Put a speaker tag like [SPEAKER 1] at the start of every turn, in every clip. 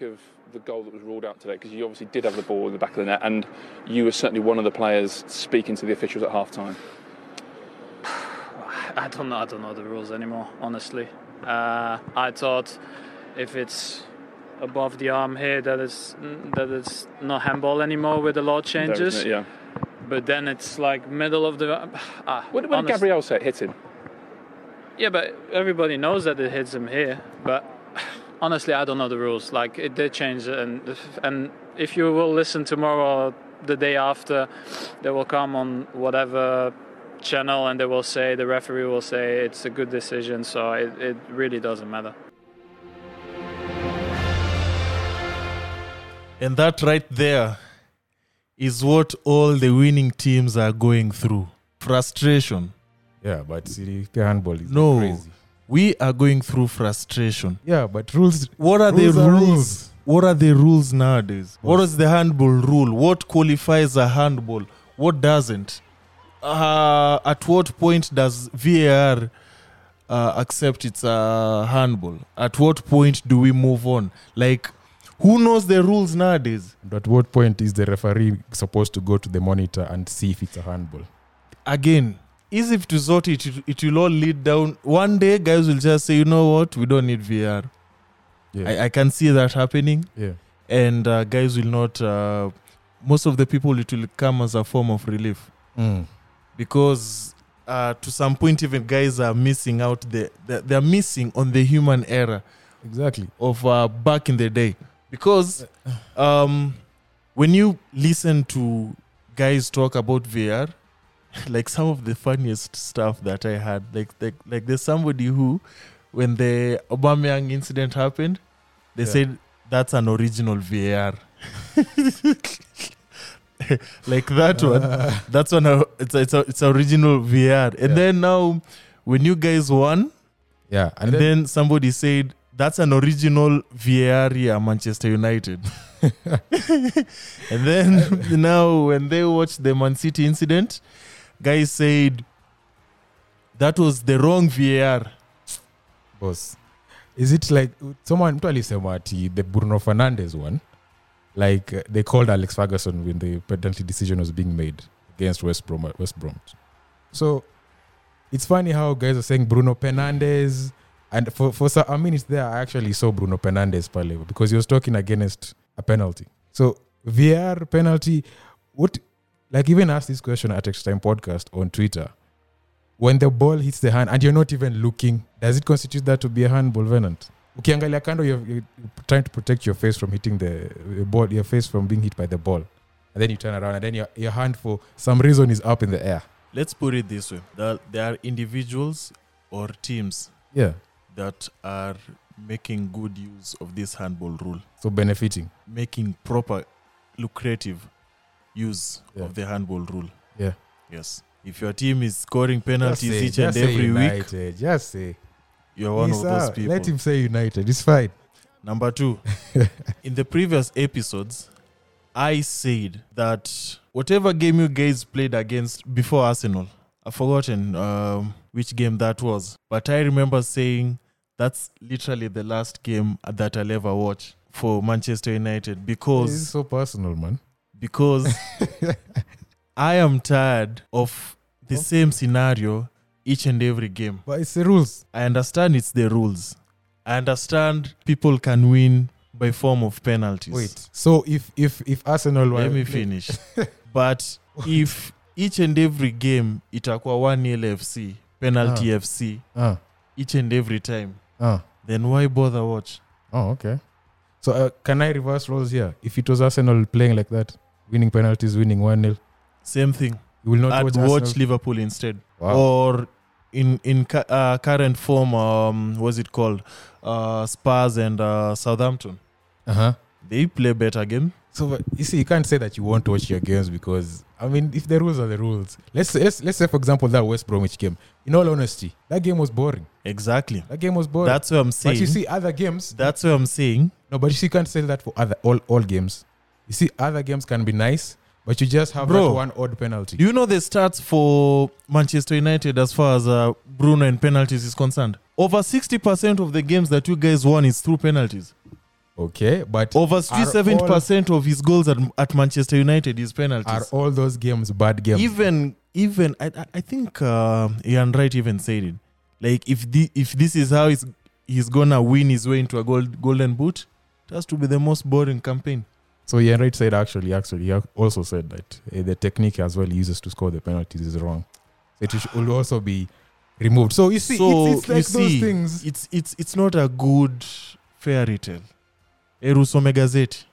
[SPEAKER 1] back of the goal that was ruled out today? Because you obviously did have the ball in the back of the net, and you were certainly one of the players speaking to the officials at half time.
[SPEAKER 2] I don't know. I don't know the rules anymore. Honestly, uh, I thought if it's above the arm here, that it's that it's not handball anymore with the law
[SPEAKER 1] There, isn't
[SPEAKER 2] changes.
[SPEAKER 1] it? yeah.
[SPEAKER 2] But then it's like middle of the. Ah,
[SPEAKER 1] What, what did
[SPEAKER 2] honest-
[SPEAKER 1] Gabriel say? it Hit him.
[SPEAKER 2] Yeah, but everybody knows that it hits him here. But honestly, I don't know the rules. Like it did change, and and if you will listen tomorrow, or the day after, they will come on whatever channel and they will say the referee will say it's a good decision. So it, it really doesn't matter.
[SPEAKER 3] And that right there is what all the winning teams are going through frustration.
[SPEAKER 4] Yeah, but see, the handball is
[SPEAKER 3] No.
[SPEAKER 4] crazy.
[SPEAKER 3] We are going through frustration.
[SPEAKER 4] Yeah, but rules.
[SPEAKER 3] What are
[SPEAKER 4] Rules
[SPEAKER 3] the
[SPEAKER 4] are
[SPEAKER 3] rules?
[SPEAKER 4] rules.
[SPEAKER 3] What are the rules nowadays? What
[SPEAKER 4] Boss.
[SPEAKER 3] is the handball rule? What qualifies a handball? What doesn't? Uh, at what point does VAR uh, accept it's a handball? At what point do we move on? Like, who knows the rules nowadays?
[SPEAKER 4] At what point is the referee supposed to go to the monitor and see if it's a handball?
[SPEAKER 3] again easy to sort it it will all lead down one day guys will just say you know what we don't need vr
[SPEAKER 4] Yeah,
[SPEAKER 3] I, I can see that happening
[SPEAKER 4] yeah,
[SPEAKER 3] and uh, guys will not uh, most of the people it will come as a form of relief Mm. because uh, to some point even guys are missing out the, the they're missing on the human error
[SPEAKER 4] exactly.
[SPEAKER 3] of uh, back in the day because um, when you listen to guys talk about VR, like some of the funniest stuff that I had, like like, like there's somebody who, when the Aubameyang incident happened, they
[SPEAKER 4] Yeah.
[SPEAKER 3] said that's an original VR. like that one, that's one. uh, It's it's a, it's original VR, and
[SPEAKER 4] Ah. Yeah.
[SPEAKER 3] then now when you guys won,
[SPEAKER 4] Yeah, and,
[SPEAKER 3] and
[SPEAKER 4] then,
[SPEAKER 3] then somebody said, that's an original VAR here, Manchester United. and then now, when they watched the Man City incident, guys said, that was the wrong VAR.
[SPEAKER 4] boss, is it like someone mtu alisema ati the Bruno Fernandez one? Like uh, they called Alex Ferguson when the penalty decision was being made against West Brom. uh, West Brom. So it's funny how guys are saying Bruno Fernandez, and for for so- a minute there, I actually saw Bruno Fernandez pale because he was talking against a penalty. So VR penalty, what? Like even asked this question at Extra Time Podcast on Twitter. When the ball hits the hand and you're not even looking, does it constitute that to be a handball, Venant? Ukiangalia kando, you're, you're trying to protect your face from hitting the the ball, your face from being hit by the ball. And then you turn around and then your, your hand for some reason is up in the air.
[SPEAKER 3] Let's put it this way there, there are individuals or teams
[SPEAKER 4] Yeah.
[SPEAKER 3] that are making good use of this handball rule,
[SPEAKER 4] So benefiting.
[SPEAKER 3] making proper, lucrative use
[SPEAKER 4] Yeah.
[SPEAKER 3] of the handball rule.
[SPEAKER 4] Yeah.
[SPEAKER 3] Yes. If your team is scoring
[SPEAKER 4] Just
[SPEAKER 3] penalties
[SPEAKER 4] say-
[SPEAKER 3] each and
[SPEAKER 4] just say
[SPEAKER 3] every week,
[SPEAKER 4] United, Just say.
[SPEAKER 3] You're one of
[SPEAKER 4] Yes,
[SPEAKER 3] those
[SPEAKER 4] sir.
[SPEAKER 3] people.
[SPEAKER 4] Let him say United. It's fine.
[SPEAKER 3] Number two, in the previous episodes, I said that whatever game you guys played against before Arsenal, I've forgotten um, which game that was, but I remember saying that's literally the last game that I'll ever watch for Manchester United
[SPEAKER 4] This is
[SPEAKER 3] because
[SPEAKER 4] so personal, man.
[SPEAKER 3] because I am tired of the same scenario each and every game.
[SPEAKER 4] But it's the rules.
[SPEAKER 3] I understand it's the rules. I understand people can win by form of penalties.
[SPEAKER 4] Wait. So if if if Arsenal were-
[SPEAKER 3] let me finish. but if each and every game itakuwa 1 FC, penalty FC,
[SPEAKER 4] Ah,
[SPEAKER 3] each and every time,
[SPEAKER 4] ah.
[SPEAKER 3] then why bother watch?
[SPEAKER 4] Oh, okay. So uh, can I reverse roles here? If it was Arsenal playing like that, winning penalties, winning one 0
[SPEAKER 3] Same thing.
[SPEAKER 4] you will not
[SPEAKER 3] I'd
[SPEAKER 4] watch,
[SPEAKER 3] watch,
[SPEAKER 4] Arsenal.
[SPEAKER 3] Liverpool instead.
[SPEAKER 4] Wow.
[SPEAKER 3] Or in in cu- uh, current form, um, what's it called? Uh, Spurs and uh, Southampton.
[SPEAKER 4] Uh-huh.
[SPEAKER 3] They play better game.
[SPEAKER 4] So but you see, you can't say that you won't watch your games because I mean, if the rules are the rules. Let's let's let's say for example that West Bromwich game. In all honesty, that game was boring.
[SPEAKER 3] Exactly.
[SPEAKER 4] That game was boring.
[SPEAKER 3] That's what I'm
[SPEAKER 4] but
[SPEAKER 3] saying.
[SPEAKER 4] you see other games.
[SPEAKER 3] That's what I'm saying.
[SPEAKER 4] No, but you see, you can't say that for other all all games. You see, other games can be nice, but you just have
[SPEAKER 3] Bro.
[SPEAKER 4] that one odd penalty.
[SPEAKER 3] Do you know the stats for Manchester United as far as uh, Bruno and penalties is concerned? Over 60% of the games that you guys won is through penalties.
[SPEAKER 4] Okay, but
[SPEAKER 3] Over 67% of his goals at, at Manchester United is
[SPEAKER 4] are
[SPEAKER 3] penalties.
[SPEAKER 4] all those games bad games?
[SPEAKER 3] even even I I- I think uh, Ian Wright even said it. Like if the, if this is how he's he's gonna win his way into a gold golden boot, it has to be the most boring campaign.
[SPEAKER 4] So Ian Wright said actually, actually, he ac- also said that uh, the technique as well he uses to score the penalties is wrong. So it should- will also be removed. So you see,
[SPEAKER 3] so
[SPEAKER 4] it's, it's like
[SPEAKER 3] you
[SPEAKER 4] those
[SPEAKER 3] see,
[SPEAKER 4] things.
[SPEAKER 3] it's it's it's not a good fairy tale. Erusome Gazette.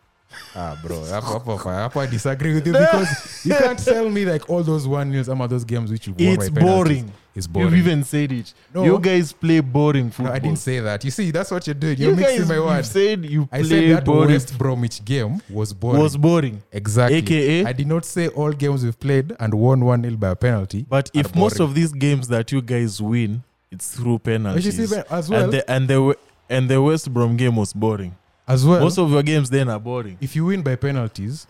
[SPEAKER 4] ah, bro, hapo hapo hapo I disagree with you because you can't tell me like all those one nils ama those games which you won
[SPEAKER 3] It's
[SPEAKER 4] by penalties.
[SPEAKER 3] boring.
[SPEAKER 4] It's
[SPEAKER 3] You've
[SPEAKER 4] boring.
[SPEAKER 3] even said it.
[SPEAKER 4] No.
[SPEAKER 3] You guys play boring
[SPEAKER 4] no,
[SPEAKER 3] football.
[SPEAKER 4] I didn't say that. You see, that's what you're doing. You're
[SPEAKER 3] you
[SPEAKER 4] mixing
[SPEAKER 3] guys
[SPEAKER 4] my
[SPEAKER 3] you've
[SPEAKER 4] words.
[SPEAKER 3] said you
[SPEAKER 4] I said
[SPEAKER 3] play
[SPEAKER 4] that
[SPEAKER 3] boring.
[SPEAKER 4] West Bromwich game was boring.
[SPEAKER 3] Was boring.
[SPEAKER 4] exactly.
[SPEAKER 3] AKA?
[SPEAKER 4] I did not say all games we've played and won one nil by a penalty.
[SPEAKER 3] But if
[SPEAKER 4] boring.
[SPEAKER 3] most of these games that you guys win, it's through
[SPEAKER 4] But
[SPEAKER 3] penalties.
[SPEAKER 4] you see, Ben, as well,
[SPEAKER 3] and the and the and the West Brom game was boring.
[SPEAKER 4] as well,
[SPEAKER 3] most of your games then are boring.
[SPEAKER 4] if you win by penalties,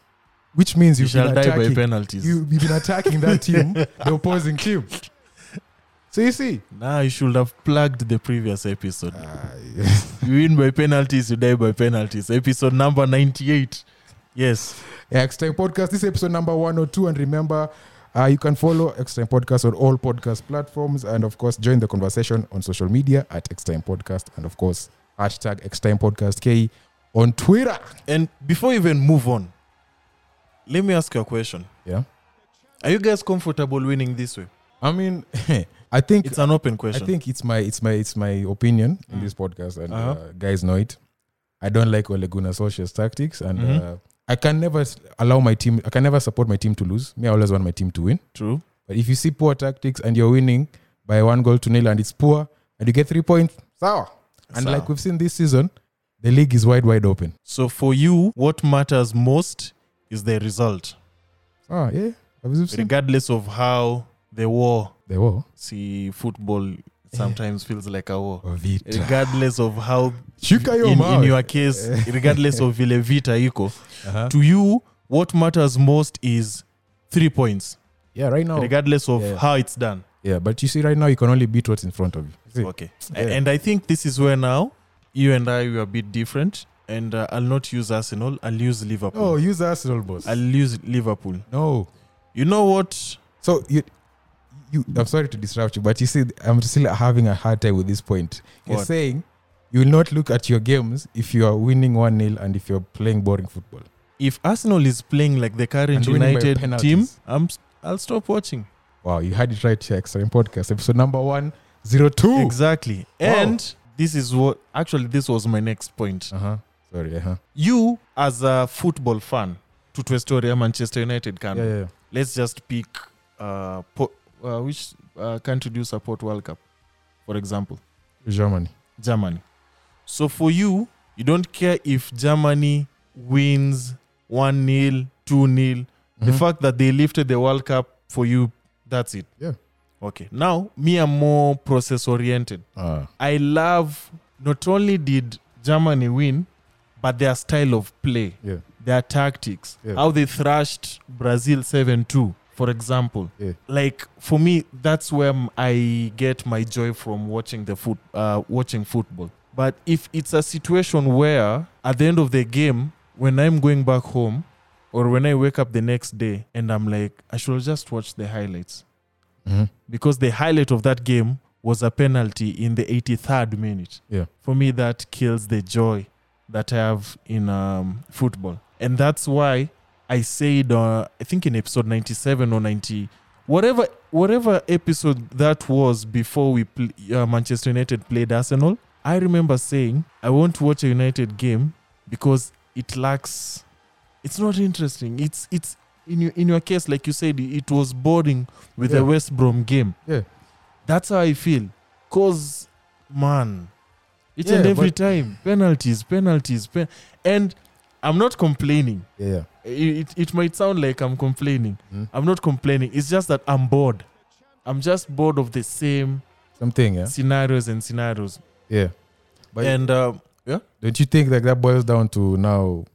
[SPEAKER 4] which means
[SPEAKER 3] You
[SPEAKER 4] you've
[SPEAKER 3] shall
[SPEAKER 4] been
[SPEAKER 3] die by
[SPEAKER 4] attacking,
[SPEAKER 3] penalties.
[SPEAKER 4] you, have been attacking that team, the opposing team. So you see,
[SPEAKER 3] Nah, you should have plugged the previous episode.
[SPEAKER 4] Ah,
[SPEAKER 3] you win by penalties, you die by penalties. Episode number ninety-eight. Yes,
[SPEAKER 4] yeah, X Time Podcast. This is episode number one or two, and remember. Uh, you can follow X Time Podcast on all podcast platforms, and of course, join the conversation on social media at X Time Podcast, and of course, hashtag X Time Podcast K on Twitter.
[SPEAKER 3] and before you even move on, let me ask you a question.
[SPEAKER 4] Yeah,
[SPEAKER 3] Are you guys comfortable winning this way?
[SPEAKER 4] I mean, I think
[SPEAKER 3] It's an open question. Mm.
[SPEAKER 4] I think it's my it's my it's my opinion in this podcast, and uh
[SPEAKER 3] Uh-huh.
[SPEAKER 4] guys know it. I don't like Ole Gunnar Solskjaer's tactics, and
[SPEAKER 3] Mhm.
[SPEAKER 4] uh, I can never s- allow my team. I can never support my team to lose. Me, I always want my team to win.
[SPEAKER 3] true.
[SPEAKER 4] But if you see poor tactics and you're winning by one goal to nil, and it's poor, and you get three points, sour. And
[SPEAKER 3] Sawa.
[SPEAKER 4] like we've seen this season, the league is wide wide open.
[SPEAKER 3] So for you, what matters most is the result,
[SPEAKER 4] Ah, yeah, as we've seen
[SPEAKER 3] regardless of how the war.
[SPEAKER 4] the war.
[SPEAKER 3] See, football sometimes feels like a war.
[SPEAKER 4] Oh, Vita.
[SPEAKER 3] regardless of how
[SPEAKER 4] Shika your
[SPEAKER 3] in,
[SPEAKER 4] mouth.
[SPEAKER 3] in your case regardless of vile vita iko
[SPEAKER 4] Uh-huh.
[SPEAKER 3] to you what matters most is three points
[SPEAKER 4] Yeah, right now.
[SPEAKER 3] regardless of
[SPEAKER 4] Oh. Yeah.
[SPEAKER 3] how it's done
[SPEAKER 4] Yeah, but you see, right now you can only beat what's in front of you. See?
[SPEAKER 3] okay
[SPEAKER 4] Yeah.
[SPEAKER 3] A- and i think this is where now you and i were a bit different and uh, i'll not use arsenal i'll use liverpool
[SPEAKER 4] Oh, use Arsenal, boss.
[SPEAKER 3] i'll use liverpool
[SPEAKER 4] no.
[SPEAKER 3] you know what
[SPEAKER 4] So you, you, I'm sorry to disrupt you, but you see, I'm still having a hard time with this point. You're
[SPEAKER 3] What?
[SPEAKER 4] saying you will not look at your games if you are winning one 0 and if you're playing boring football.
[SPEAKER 3] if arsenal is playing like the current
[SPEAKER 4] And winning by
[SPEAKER 3] united team
[SPEAKER 4] penalties.
[SPEAKER 3] i'm s- i'll stop watching
[SPEAKER 4] Wow, you had it right here, Extreme Podcast, episode number one zero two.
[SPEAKER 3] exactly and this is what actually this was my next point
[SPEAKER 4] uh huh. Sorry. Uh huh.
[SPEAKER 3] you as a football fan to Twestoria Manchester United can
[SPEAKER 4] Yeah, yeah.
[SPEAKER 3] let's just pick uh, po- uh, which uh, country do you support World Cup for example
[SPEAKER 4] Germany.
[SPEAKER 3] Germany so for you you don't care if Germany wins 1 0 2 0 the
[SPEAKER 4] Mhm.
[SPEAKER 3] fact that they lifted the World Cup for you that's it
[SPEAKER 4] Yeah.
[SPEAKER 3] okay now me I'm more process oriented
[SPEAKER 4] Ah.
[SPEAKER 3] I love not only did Germany win, but their style of play,
[SPEAKER 4] Yeah.
[SPEAKER 3] their tactics,
[SPEAKER 4] Yeah.
[SPEAKER 3] how they thrashed Brazil 7 2, for example.
[SPEAKER 4] Yeah.
[SPEAKER 3] Like, for me, that's where m- I get my joy from watching, the foot, uh, watching football. But if it's a situation where at the end of the game, when I'm going back home, or when I wake up the next day and I'm like, I should just watch the highlights
[SPEAKER 4] Mhm.
[SPEAKER 3] because the highlight of that game was a penalty in the 83rd minute.
[SPEAKER 4] Yeah.
[SPEAKER 3] For me, that kills the joy that I have in um, football. And that's why I said, uh, I think in episode 97 or 90, whatever, whatever episode that was before we pl- uh, Manchester United played Arsenal, I remember saying, I won't watch a United game because it lacks, it's not interesting. It's, it's, in your, in your case, like you said, it was boring with
[SPEAKER 4] Yeah.
[SPEAKER 3] the West Brom game.
[SPEAKER 4] Yeah.
[SPEAKER 3] That's how I feel. Cause man, each
[SPEAKER 4] Yeah,
[SPEAKER 3] and every
[SPEAKER 4] but-
[SPEAKER 3] time penalties, penalties, pen- and I'm not complaining.
[SPEAKER 4] Yeah. yeah.
[SPEAKER 3] It, it might sound like I'm complaining.
[SPEAKER 4] Mhm.
[SPEAKER 3] I'm not complaining. It's just that I'm bored. I'm just bored of the same
[SPEAKER 4] Something. Yeah.
[SPEAKER 3] scenarios and scenarios.
[SPEAKER 4] Yeah. But-
[SPEAKER 3] and um,
[SPEAKER 4] Don't you think like that boils down to now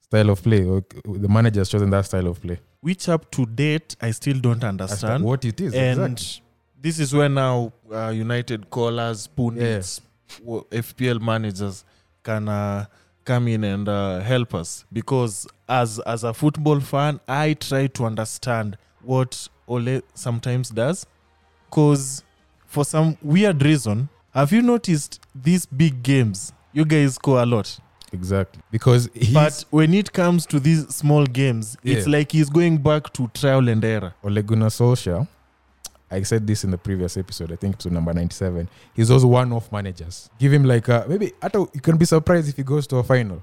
[SPEAKER 4] style of play? Or uh, the manager's chosen that style of play.
[SPEAKER 3] which up to date, I still don't
[SPEAKER 4] That's
[SPEAKER 3] understand.
[SPEAKER 4] what it is.
[SPEAKER 3] and
[SPEAKER 4] exactly.
[SPEAKER 3] this is where now uh, United callers, pundits, w FPL managers can uh, come in and uh, help us because as as a football fan, I try to understand what Ole sometimes does because for some weird reason, have you noticed these big games? You guys score a lot.
[SPEAKER 4] Exactly. Because he's
[SPEAKER 3] but when it comes to these small games, it's
[SPEAKER 4] Yeah.
[SPEAKER 3] like he's going back to trial and error.
[SPEAKER 4] Ole Gunnar Solskjaer. I said this in the previous episode, I think episode number 97. He's also one off managers. Give him like a, maybe, hata you can be surprised if he goes to a final.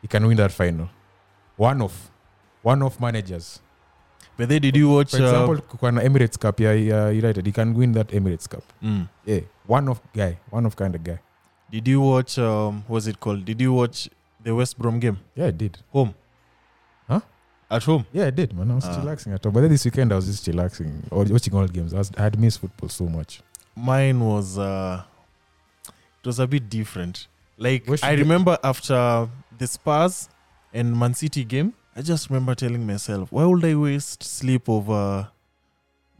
[SPEAKER 4] He can win that final. One off. One off managers.
[SPEAKER 3] But then, did you watch?
[SPEAKER 4] For example, kukuwa na Emirates Cup ya, ya United, he can win that Emirates Cup.
[SPEAKER 3] uh, mm,
[SPEAKER 4] Yeah, one off guy, one off kind of guy.
[SPEAKER 3] did you watch? Um, what's it called? Did you watch the West Brom game
[SPEAKER 4] Yeah, I did.
[SPEAKER 3] home?
[SPEAKER 4] Huh?
[SPEAKER 3] At home?
[SPEAKER 4] Yeah, I did, man. I was
[SPEAKER 3] Ah.
[SPEAKER 4] chillaxing at all. But then this weekend, I was just chillaxing, or watching all games. I, was, I had missed football so much.
[SPEAKER 3] Mine was. Uh, it was a bit different. Like
[SPEAKER 4] What should
[SPEAKER 3] I
[SPEAKER 4] we-
[SPEAKER 3] remember after the Spurs and Man City game, I just remember telling myself, why would I waste sleep over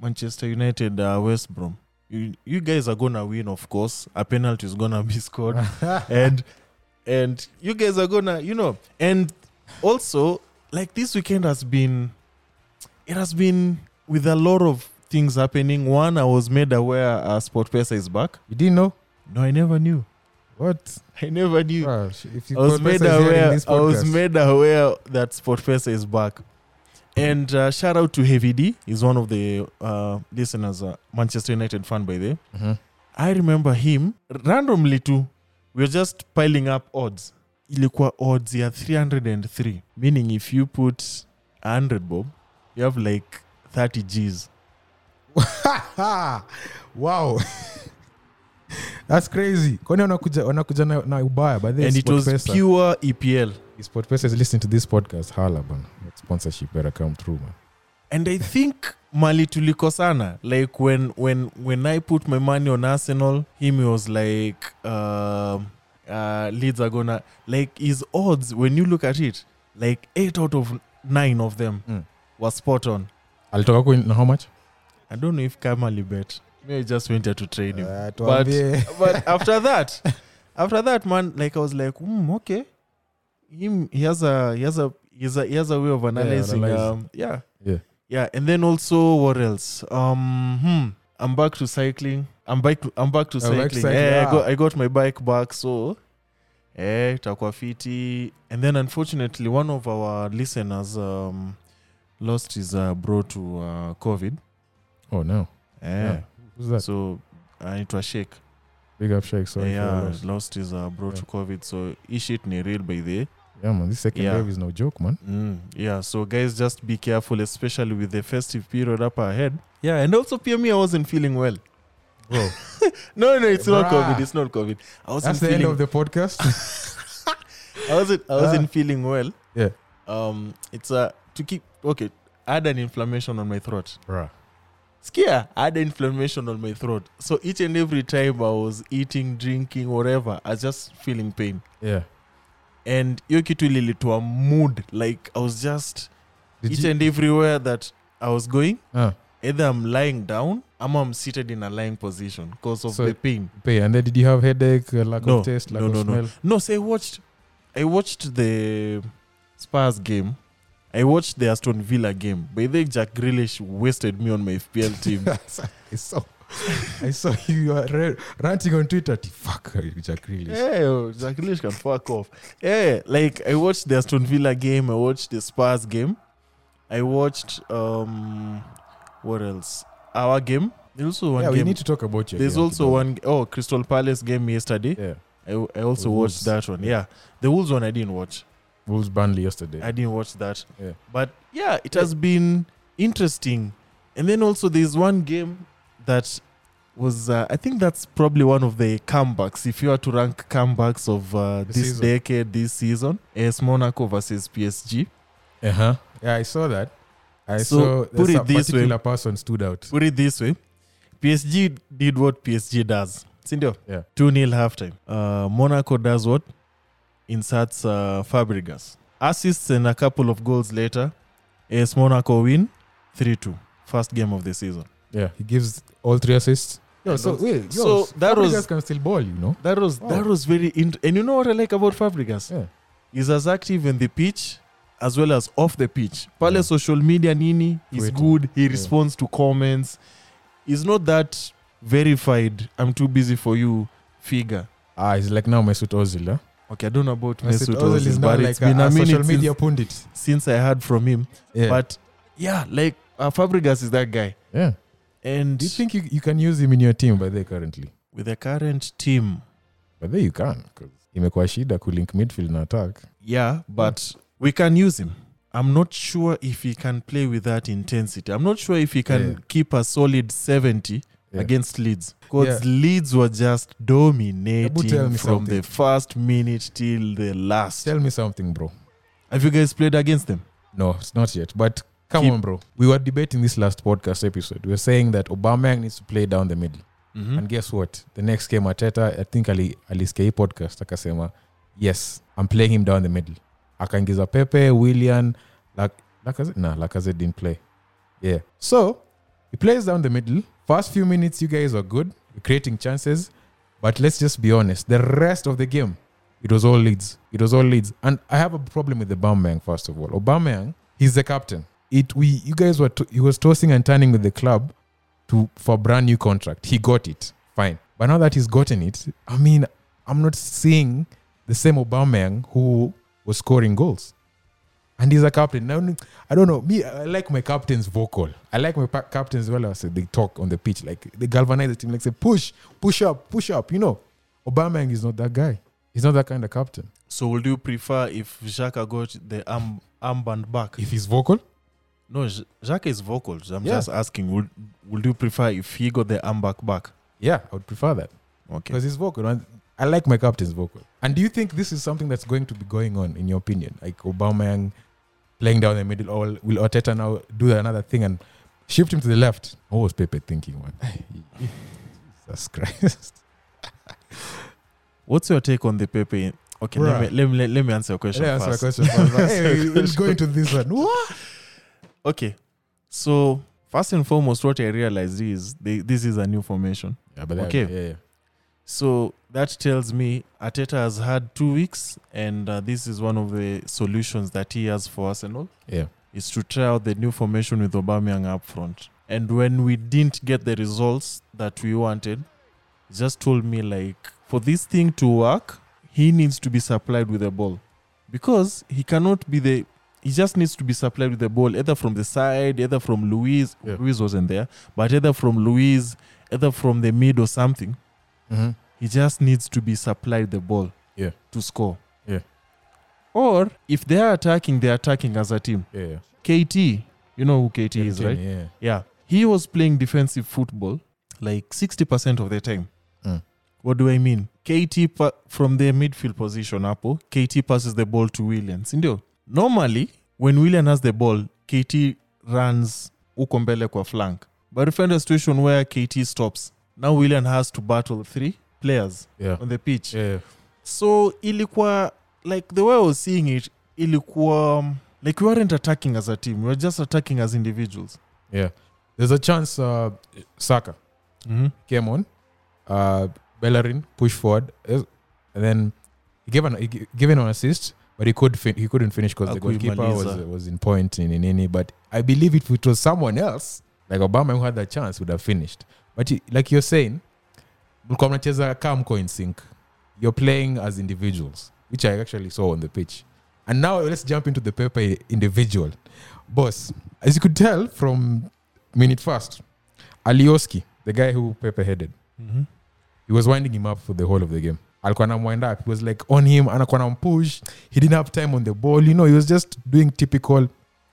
[SPEAKER 3] Manchester United uh, West Brom? You, you guys are gonna win, of course. A penalty is gonna be scored. and and you guys are gonna you know and also like this weekend has been it has been with a lot of things happening one i was made aware uh, sport pesa is back
[SPEAKER 4] You didn't know?
[SPEAKER 3] no i never knew
[SPEAKER 4] What?
[SPEAKER 3] i never knew
[SPEAKER 4] Wow, sh- if you
[SPEAKER 3] i was
[SPEAKER 4] call
[SPEAKER 3] made
[SPEAKER 4] Mesa here in
[SPEAKER 3] aware
[SPEAKER 4] this
[SPEAKER 3] i was
[SPEAKER 4] podcast.
[SPEAKER 3] made aware that sport pesa is back and uh, shout out to heavy d he's one of the uh, listeners uh, manchester united fan by the way
[SPEAKER 4] Mhm.
[SPEAKER 3] I remember him randomly too. We were just piling up odds. Ilikuwa odds ya 303, meaning if you put 100 bob, you have like 30 G's.
[SPEAKER 4] wow that's crazy kwani wanakuja wanakuja na, na ubaya but then
[SPEAKER 3] and it was
[SPEAKER 4] SportPesa-
[SPEAKER 3] pure E EPL.
[SPEAKER 4] SportPesa is listening to this podcast hala bana That sponsorship better come through man
[SPEAKER 3] And I think mali tulikosana like when when when I put my money on Arsenal, him he was like um uh, Leeds are gonna like his odds when you look at it, like eight out of nine of them
[SPEAKER 4] Mm.
[SPEAKER 3] were spot on.
[SPEAKER 4] alitoka ku na how much
[SPEAKER 3] Uh, I don't know if Kamali bet. Maybe I just went there to train him.
[SPEAKER 4] uh,
[SPEAKER 3] But- but after that, after that, man, like I was like, mm, okay, him he has a he has a he has a, he has a way of analyzing. Yeah,
[SPEAKER 4] analyze.
[SPEAKER 3] um, yeah,
[SPEAKER 4] Yeah.
[SPEAKER 3] yeah. And then also, what else? Um, hmm, I'm back to cycling. I'm back. I'm back to
[SPEAKER 4] back to
[SPEAKER 3] cycling.
[SPEAKER 4] cycling,
[SPEAKER 3] Eh,
[SPEAKER 4] ah.
[SPEAKER 3] I got I got my bike back. So. Eh, itakuwa fiti. And then unfortunately, one of our listeners um, lost his uh, bro to uh, COVID.
[SPEAKER 4] oh no
[SPEAKER 3] Eh.
[SPEAKER 4] Yeah. who's that
[SPEAKER 3] So uh, it was Sheikh.
[SPEAKER 4] big up Sheikh sorry for your
[SPEAKER 3] yeah,
[SPEAKER 4] loss.
[SPEAKER 3] lost his uh, bro to
[SPEAKER 4] Yeah.
[SPEAKER 3] COVID. So his shit ni real by the.
[SPEAKER 4] yeah man this second
[SPEAKER 3] Yeah.
[SPEAKER 4] wave is no joke man
[SPEAKER 3] Mm, yeah. So guys, just be careful, especially with the festive period up ahead. Yeah, and also PME, I wasn't feeling well.
[SPEAKER 4] bro
[SPEAKER 3] No, no, it's not
[SPEAKER 4] Bruh.
[SPEAKER 3] COVID. It's not COVID. I wasn't
[SPEAKER 4] that's the end
[SPEAKER 3] feeling.
[SPEAKER 4] of the podcast
[SPEAKER 3] I wasn't. I wasn't feeling well.
[SPEAKER 4] Yeah.
[SPEAKER 3] Um, it's uh, to keep okay. I had an inflammation on my throat.
[SPEAKER 4] Bruh.
[SPEAKER 3] Scare. I had inflammation on my throat. So each and every time I was eating, drinking, whatever, I was just feeling pain.
[SPEAKER 4] yeah
[SPEAKER 3] and hiyo kitu ililitoa mood like i was just
[SPEAKER 4] Did
[SPEAKER 3] each
[SPEAKER 4] you-
[SPEAKER 3] and everywhere that i was going
[SPEAKER 4] Ah,
[SPEAKER 3] either i'm lying down ama i'm seated in a lying position because of
[SPEAKER 4] So-
[SPEAKER 3] the pain
[SPEAKER 4] pay and then did you have headache uh, lack
[SPEAKER 3] No,
[SPEAKER 4] of taste lack
[SPEAKER 3] no,
[SPEAKER 4] of
[SPEAKER 3] no,
[SPEAKER 4] smell
[SPEAKER 3] no. no so i watched i watched the spurs game i watched the aston villa game by the way, jack Grealish wasted me on my fpl team
[SPEAKER 4] I saw, I saw you are re- ranting on Twitter. T- Fuck, Jack Grealish.
[SPEAKER 3] Yeah, Jack Grealish can fuck off. Yeah, like I watched the Aston Villa game, I watched the Spurs game, I watched um, what else? Our game. There's also one
[SPEAKER 4] Yeah, we
[SPEAKER 3] game.
[SPEAKER 4] need to talk about you.
[SPEAKER 3] There's also one. Oh, Crystal Palace game yesterday.
[SPEAKER 4] Yeah,
[SPEAKER 3] I, I also
[SPEAKER 4] The Wolves.
[SPEAKER 3] watched that one. Yeah, the Wolves one I didn't watch.
[SPEAKER 4] Wolves Burnley yesterday.
[SPEAKER 3] I didn't watch that.
[SPEAKER 4] Yeah.
[SPEAKER 3] But yeah, it has been interesting. And then also there's one game that was uh, I think that's probably one of the comebacks. If you are to rank comebacks of uh,
[SPEAKER 4] The
[SPEAKER 3] this
[SPEAKER 4] season.
[SPEAKER 3] decade, this season, AS Monaco versus PSG.
[SPEAKER 4] Uh huh. Yeah, I saw that. I
[SPEAKER 3] Uh-huh. So,
[SPEAKER 4] saw
[SPEAKER 3] put
[SPEAKER 4] there's
[SPEAKER 3] it
[SPEAKER 4] a
[SPEAKER 3] this way.
[SPEAKER 4] particular person stood out.
[SPEAKER 3] Put it this way, PSG did what PSG does. Sindio?
[SPEAKER 4] Yeah.
[SPEAKER 3] Two 0 halftime. Uh, Monaco does what? Inserts uh, Fabregas. Assists and a couple of goals later, AS Monaco win 3-2. First game of the season.
[SPEAKER 4] Yeah, he gives all three assists. Yo,
[SPEAKER 3] And
[SPEAKER 4] so
[SPEAKER 3] those-
[SPEAKER 4] wait, yo,
[SPEAKER 3] so that
[SPEAKER 4] Fabregas
[SPEAKER 3] was-
[SPEAKER 4] can still ball, you know.
[SPEAKER 3] That was
[SPEAKER 4] Oh.
[SPEAKER 3] that was very int- and you know what I like about Fabregas?
[SPEAKER 4] Yeah.
[SPEAKER 3] He's as active in the pitch as well as off the pitch. Pale social media nini, he's
[SPEAKER 4] Twitter.
[SPEAKER 3] good. He
[SPEAKER 4] Yeah.
[SPEAKER 3] responds to comments. He's not that verified. I'm too busy for you figure.
[SPEAKER 4] Ah, it's like now Mesut Ozil. Huh?
[SPEAKER 3] Okay, I don't know about
[SPEAKER 4] Mesut
[SPEAKER 3] Mesut
[SPEAKER 4] Ozil is
[SPEAKER 3] Ozil,
[SPEAKER 4] now
[SPEAKER 3] but it's
[SPEAKER 4] like a,
[SPEAKER 3] been
[SPEAKER 4] a
[SPEAKER 3] a
[SPEAKER 4] social
[SPEAKER 3] minute
[SPEAKER 4] media
[SPEAKER 3] since,
[SPEAKER 4] pundit.
[SPEAKER 3] since I heard from him.
[SPEAKER 4] Yeah.
[SPEAKER 3] But yeah, like uh, Fabregas is that guy.
[SPEAKER 4] yeah.
[SPEAKER 3] And
[SPEAKER 4] Do you think you, you can use him in your team by there currently?
[SPEAKER 3] with the current team,
[SPEAKER 4] By there you can because imekuwa shida kulink midfield na attack.
[SPEAKER 3] yeah, but we can use him. I'm not sure if he can play with that intensity. I'm not sure if he can
[SPEAKER 4] Yeah.
[SPEAKER 3] keep a solid 70
[SPEAKER 4] Yeah.
[SPEAKER 3] against Leeds because
[SPEAKER 4] Yeah.
[SPEAKER 3] Leeds were just dominating from
[SPEAKER 4] tell me
[SPEAKER 3] the
[SPEAKER 4] something.
[SPEAKER 3] first minute till the last.
[SPEAKER 4] Tell me something, bro.
[SPEAKER 3] Have you guys played against them?
[SPEAKER 4] No, it's not yet. But come
[SPEAKER 3] Keep-
[SPEAKER 4] on, bro. We were debating this last podcast episode. We were saying that Aubameyang needs to play down the middle. And guess what? The next game, Ateta, I think ali alisikia hii podcast akasema, yes, I'm playing him down the middle. Akaingiza Pepe, Willian, like Lacazette. Nah, Lacazette didn't play. Yeah. So he plays down the middle. First few minutes, you guys are good. You're creating chances. But let's just be honest. The rest of the game, it was all leads. It was all leads. And I have a problem with Aubameyang first of all. Aubameyang, he's the captain. It we you guys were to, he was tossing and turning with the club to for a brand new contract. He got it. Fine. But now that he's gotten it, I mean, I'm not seeing the same Aubameyang who was scoring goals. And he's a captain. Now, I don't know. Me, I like my captains vocal. I like my pa- captains well as they talk on the pitch. Like they galvanize the team. Like say, push, push up, push up. You know, Aubameyang is not that guy. He's not that kind of captain.
[SPEAKER 3] So, would you prefer if Xhaka got the arm, armband back?
[SPEAKER 4] If he's vocal,
[SPEAKER 3] No, J- Xhaka is vocal. I'm
[SPEAKER 4] Yeah.
[SPEAKER 3] just asking. Would would you prefer if he got the armback back?
[SPEAKER 4] yeah, I would prefer that
[SPEAKER 3] Okay.
[SPEAKER 4] because he's vocal. And I like my captain's vocal. And do you think this is something that's going to be going on in your opinion? Like Aubameyang playing down the middle, or will Oteta now do another thing and shift him to the left? What was Pepe thinking? Man? Jesus Christ.
[SPEAKER 3] What's your take on the Pepe? Okay, let
[SPEAKER 4] Bruh.
[SPEAKER 3] me, let me let, me answer your question
[SPEAKER 4] Let me
[SPEAKER 3] first.
[SPEAKER 4] answer a question first.
[SPEAKER 3] Answer
[SPEAKER 4] hey,
[SPEAKER 3] your
[SPEAKER 4] we'll
[SPEAKER 3] question.
[SPEAKER 4] go into this one. What?
[SPEAKER 3] Okay, so first and foremost, what I realized is they, this is a new formation.
[SPEAKER 4] Yeah, but
[SPEAKER 3] Okay.
[SPEAKER 4] Yeah, yeah.
[SPEAKER 3] So that tells me Ateta has had two weeks, and uh, this is one of the solutions that he has for Arsenal
[SPEAKER 4] Yeah.
[SPEAKER 3] is to try out the new formation with Aubameyang up front. And when we didn't get the results that we wanted, he just told me like for this thing to work, he needs to be supplied with a ball because he cannot be the. He just needs to be supplied with the ball either from the side, either from Luis.
[SPEAKER 4] Yeah.
[SPEAKER 3] Luis wasn't there, but either from Luis, either from the mid or something.
[SPEAKER 4] Mm-hmm.
[SPEAKER 3] He just needs to be supplied the ball
[SPEAKER 4] Yeah.
[SPEAKER 3] to score.
[SPEAKER 4] Yeah.
[SPEAKER 3] Or if they are attacking, they're attacking as a team.
[SPEAKER 4] Yeah. yeah.
[SPEAKER 3] KT, you know who KT is,
[SPEAKER 4] Yeah,
[SPEAKER 3] right?
[SPEAKER 4] Yeah.
[SPEAKER 3] Yeah. He was playing defensive football like 60% of the time.
[SPEAKER 4] Mm.
[SPEAKER 3] What do I mean? KT pa- from the midfield position, Apple, KT passes the ball to William. Sindio? Normally, when William has the ball, KT runs Ukombele kwa flank. But if in a situation where KT stops, now William has to battle three players
[SPEAKER 4] Yeah.
[SPEAKER 3] on the pitch.
[SPEAKER 4] Yeah.
[SPEAKER 3] So ilikuwa like the way I was seeing it, ilikuwa um, like we weren't attacking as a team. We were just attacking as individuals.
[SPEAKER 4] Yeah. There's a chance uh, Saka
[SPEAKER 3] Mm-hmm.
[SPEAKER 4] came on. Uh, Bellerin pushed forward, uh, and then he gave an he gi- given an assist, but he could fin- he couldn't finish because the
[SPEAKER 3] Hakuimaliza.
[SPEAKER 4] goalkeeper was, was in point in in any. But I believe if it was someone else like Obama who had that chance would have finished. But he, like you're saying, mlikuwa mnacheza calm coin sync. You're playing as individuals, which I actually saw on the pitch. And now let's jump into the Pepe individual, boss. As you could tell from minute first, Alioski, the guy who Pepe headed
[SPEAKER 3] Mm-hmm.
[SPEAKER 4] he was winding him up for the whole of the game alikuwa anamwind up he was like on him anakuwa nampush he didn't have time on the ball you know he was just doing typical